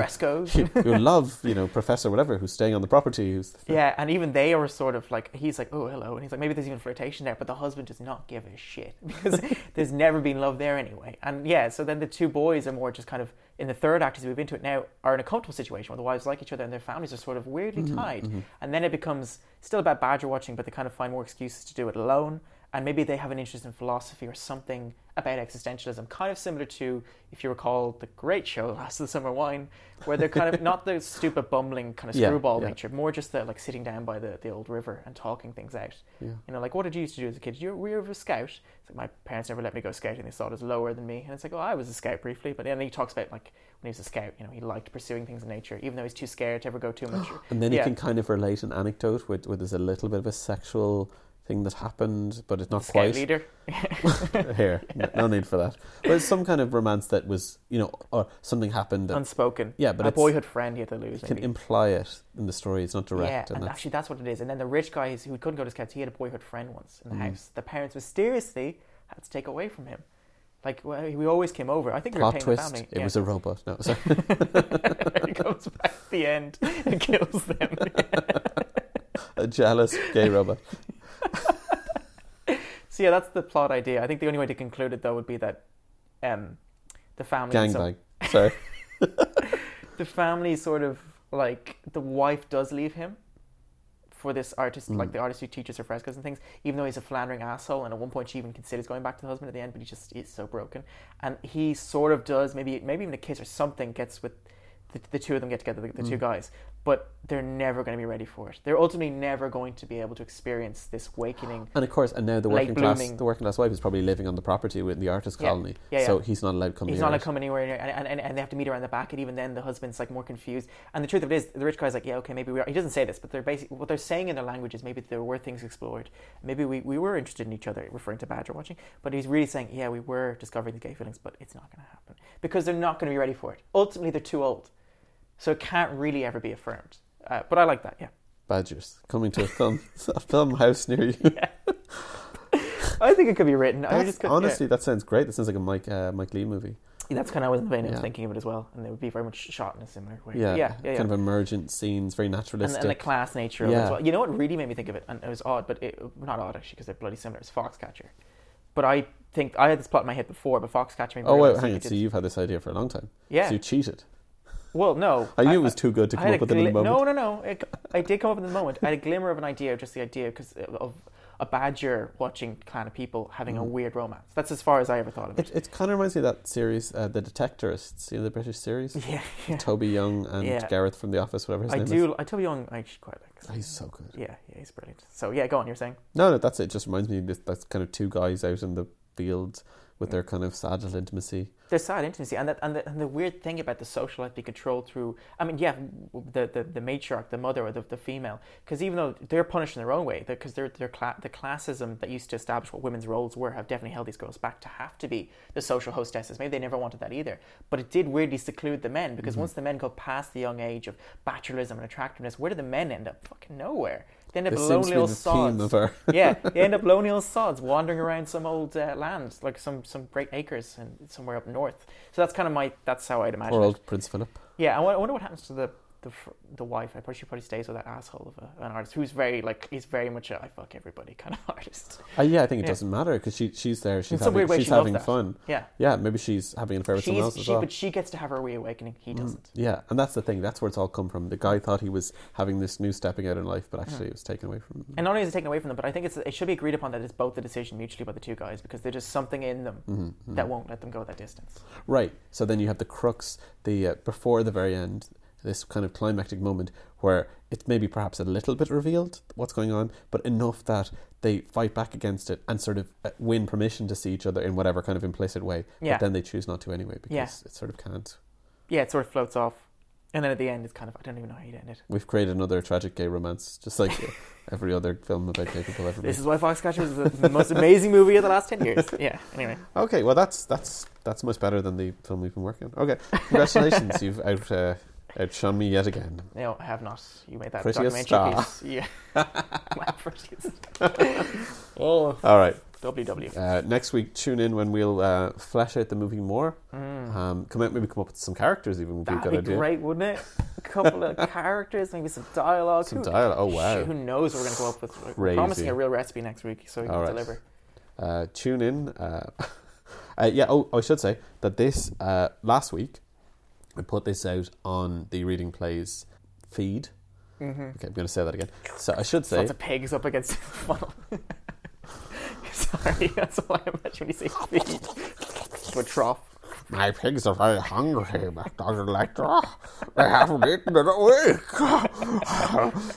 B: frescoes.
A: you, you love you know professor whatever who's staying on the property. Who's
B: Yeah, and even they are sort of like he's like, oh hello, and he's like maybe there's even flirtation there, but the husband does not give a shit because there's never been love there anyway. And yeah, so then the two boys are more just kind of in the third act as we move into it now are in a comfortable situation where the wives like each other and their families are sort of weirdly tied. And then it becomes still about badger watching, but they kind of find more excuses to do it alone. And maybe they have an interest in philosophy or something about existentialism, kind of similar to, if you recall, the great show Last of the Summer Wine, where they're kind of not the stupid bumbling kind of
A: Yeah,
B: screwball
A: yeah.
B: nature nature, more just the like sitting down by the, the old river and talking things out.
A: Yeah.
B: You know, like what did you used to do as a kid? You were you ever a scout? It's like my parents never let me go scouting. They thought it was lower than me, and it's like, oh, I was a scout briefly. But then he talks about like when he was a scout, you know, he liked pursuing things in nature, even though he's too scared to ever go too much.
A: And then
B: yeah.
A: you can kind of relate an anecdote with where there's a little bit of a sexual thing that happened, but it's not
B: scout
A: quite.
B: leader.
A: here. No- No need for that. But it's some kind of romance that was, you know, or something happened that
B: unspoken.
A: Yeah, but
B: a
A: it's-
B: boyhood friend he had to lose.
A: can
B: maybe.
A: imply it in the story. It's not direct.
B: Yeah, and,
A: and that's,
B: actually that's what it is. And then the rich guy is- who couldn't go to scouts, he had a boyhood friend once in the
A: Mm-hmm.
B: house. The parents mysteriously had to take away from him. Like well, we always came over. I think we were
A: plot
B: paying the
A: twist.
B: family.
A: It
B: Yeah.
A: was a robot. No, sorry.
B: he comes back at the end and kills them.
A: a jealous gay robot.
B: so yeah, that's the plot idea. I think the only way to conclude it though would be that um, the family some-
A: Gangbang. Sorry.
B: the family sort of like the wife does leave him for this artist, like the artist who teaches her frescoes and things, even though he's a flandering asshole. And at one point, she even considers going back to the husband at the end, but he just is so broken. And he sort of does, maybe maybe even a kiss or something, gets with the, the two of them get together, the, the two guys. But they're never going to be ready for it. They're ultimately never going to be able to experience this awakening.
A: And of course, and now the
B: Late
A: working class,
B: blooming.
A: the working class wife is probably living on the property with the artist
B: Yeah.
A: colony.
B: Yeah, yeah.
A: So he's not allowed to come.
B: He's
A: near
B: not like
A: it.
B: coming anywhere near, and, and- and, and they have to meet around the back. And even then, the husband's like more confused. And the truth of it is, the rich guy's like, yeah, okay, maybe we are. He doesn't say this, but they're basically what they're saying in their language is maybe there were things explored. Maybe we, we were interested in each other, referring to Badger watching. But he's really saying, yeah, we were discovering the gay feelings, but it's not going to happen because they're not going to be ready for it. Ultimately, they're too old, so it can't really ever be affirmed. Uh, but I like that. Yeah,
A: Badgers coming to a film, a film house near you.
B: I think it could be written. I
A: That's-
B: just could, yeah.
A: honestly, that sounds great. That sounds like a Mike uh, Mike Lee movie.
B: Yeah, that's kind of I was in the vein I was
A: Yeah.
B: thinking of it as well, and it would be very much shot in a similar way.
A: Yeah,
B: yeah, yeah. yeah.
A: kind of emergent scenes, very
B: and,
A: naturalistic.
B: and the class nature of it as
A: Yeah.
B: well. You know what really made me think of it, and it was odd, but it, not odd actually because they're bloody similar. It's Foxcatcher, but I think I had this plot in my head before, but Foxcatcher. Made me
A: Oh wait,
B: realize
A: hang
B: you
A: on.
B: could
A: So you've had this idea for a long time.
B: Yeah.
A: So you cheated.
B: Well, no,
A: I knew it was too good to
B: I
A: come up
B: had a
A: with it in the
B: glim-
A: moment.
B: No, no, no. It, I did come up with it in the moment. I had a glimmer of an idea, just the idea because of a badger watching clan of people having
A: Mm.
B: a weird romance. That's as far as I ever thought of it.
A: It, it kind of reminds me of that series, uh, The Detectorists. You know the British series.
B: yeah, yeah.
A: Toby Young and
B: Yeah.
A: Gareth from The Office, whatever his
B: I
A: name is.
B: do. I Toby Young, I actually quite like.
A: Oh, he's so good.
B: Yeah, yeah, he's brilliant. So yeah, go on. You're saying.
A: No, no, that's it. Just reminds me of this, that's kind of two guys out in the field, with their kind of sad little intimacy.
B: There's sad intimacy, and that and the, and the weird thing about the social life they control through. I mean, yeah, the the, the matriarch, the mother, or the, the female, because even though they're punished in their own way, because they're, they're cla- the classism that used to establish what women's roles were have definitely held these girls back to have to be the social hostesses. Maybe they never wanted that either, but it did weirdly seclude the men
A: Mm-hmm.
B: because once the men go past the young age of bachelorism and attractiveness, where do the men end up? Fucking nowhere. They end up
A: This seems to
B: lonely
A: be
B: little
A: the theme
B: sods.
A: of our
B: yeah, they end up lonely old sods wandering around some old uh, land, like some some great acres and somewhere up north. So that's kind of my that's how I'd imagine.
A: poor
B: it.
A: old Prince Philip.
B: Yeah, I wo- I wonder what happens to the the, fr- the wife. I probably she probably stays with that asshole of a, an artist who's very like he's very much a I fuck everybody kind of artist.
A: Uh, yeah, I think it
B: Yeah.
A: doesn't matter because she she's there. She's having,
B: some weird way
A: she's
B: she loves
A: having
B: that.
A: fun.
B: Yeah,
A: Yeah, maybe she's having an affair with someone
B: she's
A: else as
B: she,
A: well. Mm.
B: but she gets to have her reawakening. He doesn't.
A: Yeah, and that's the thing. That's where it's all come from. The guy thought he was having this new stepping out in life, but actually it was taken away from him.
B: Mm. And not only is it taken away from them, but I think it's, it should be agreed upon that it's both the decision mutually by the two guys because there's just something in them
A: Mm-hmm, Mm.
B: that won't let them go that distance.
A: Right. So then you have the crux, the uh, before the very end, this kind of climactic moment where it's maybe perhaps a little bit revealed what's going on, but enough that they fight back against it and sort of uh, win permission to see each other in whatever kind of implicit way.
B: Yeah.
A: But then they choose not to anyway because
B: Yeah.
A: it sort of can't.
B: Yeah, it sort of floats off, and then at the end, it's kind of I don't even know how you'd end it.
A: We've created another tragic gay romance, just like uh, every other film about gay people ever made.
B: This is why Foxcatcher was the most amazing movie of the last ten years. Yeah. Anyway,
A: Okay, well that's that's that's much better than the film we've been working on. Okay, congratulations, you've out uh, outshone me yet again.
B: no, I have not. You made that
A: Prettiest
B: documentary piece. Yeah. My prettiest. oh.
A: All right,
B: WW.
A: uh, next week tune in when we'll uh, flesh out the movie more.
B: Mm.
A: Um, come out, maybe come up with some characters even would be a
B: That'd
A: good
B: be
A: idea.
B: great, wouldn't it? A couple of characters, maybe some dialogue.
A: Some
B: Who-
A: dialogue. Oh wow!
B: Who knows what we're going to go up with? We're
A: Crazy.
B: promising a real recipe next week, so we can
A: All right.
B: deliver.
A: Uh, tune in. Uh, uh, yeah. Oh, I should say that this uh, last week I put this out on the Reading Plays feed.
B: Mm-hmm.
A: Okay, I'm going to say that again. So I should say
B: Lots of pigs up against the funnel. Sorry, that's all I imagine when you say feed. Or trough.
C: My pigs are very hungry, but doesn't like to. They haven't eaten in a week.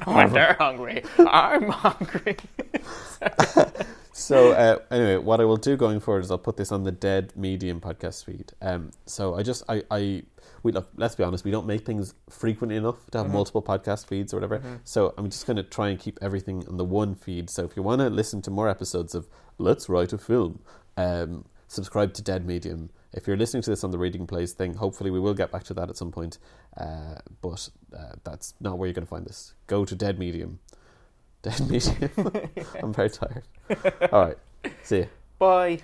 B: When they're hungry, I'm hungry.
A: So uh, anyway, what I will do going forward is I'll put this on the Dead Medium podcast feed. Um, so I just I, I we look. Let's be honest, we don't make things frequent enough to have multiple podcast feeds or whatever. So I'm just going to try and keep everything on the one feed. So if you want to listen to more episodes of Let's Write a Film, um, subscribe to Dead Medium. If you're listening to this on the Reading Plays thing, hopefully we will get back to that at some point. Uh, but uh, that's not where you're going to find this. Go to Dead Medium. Dead Medium. I'm very tired. All right. See ya.
B: Bye.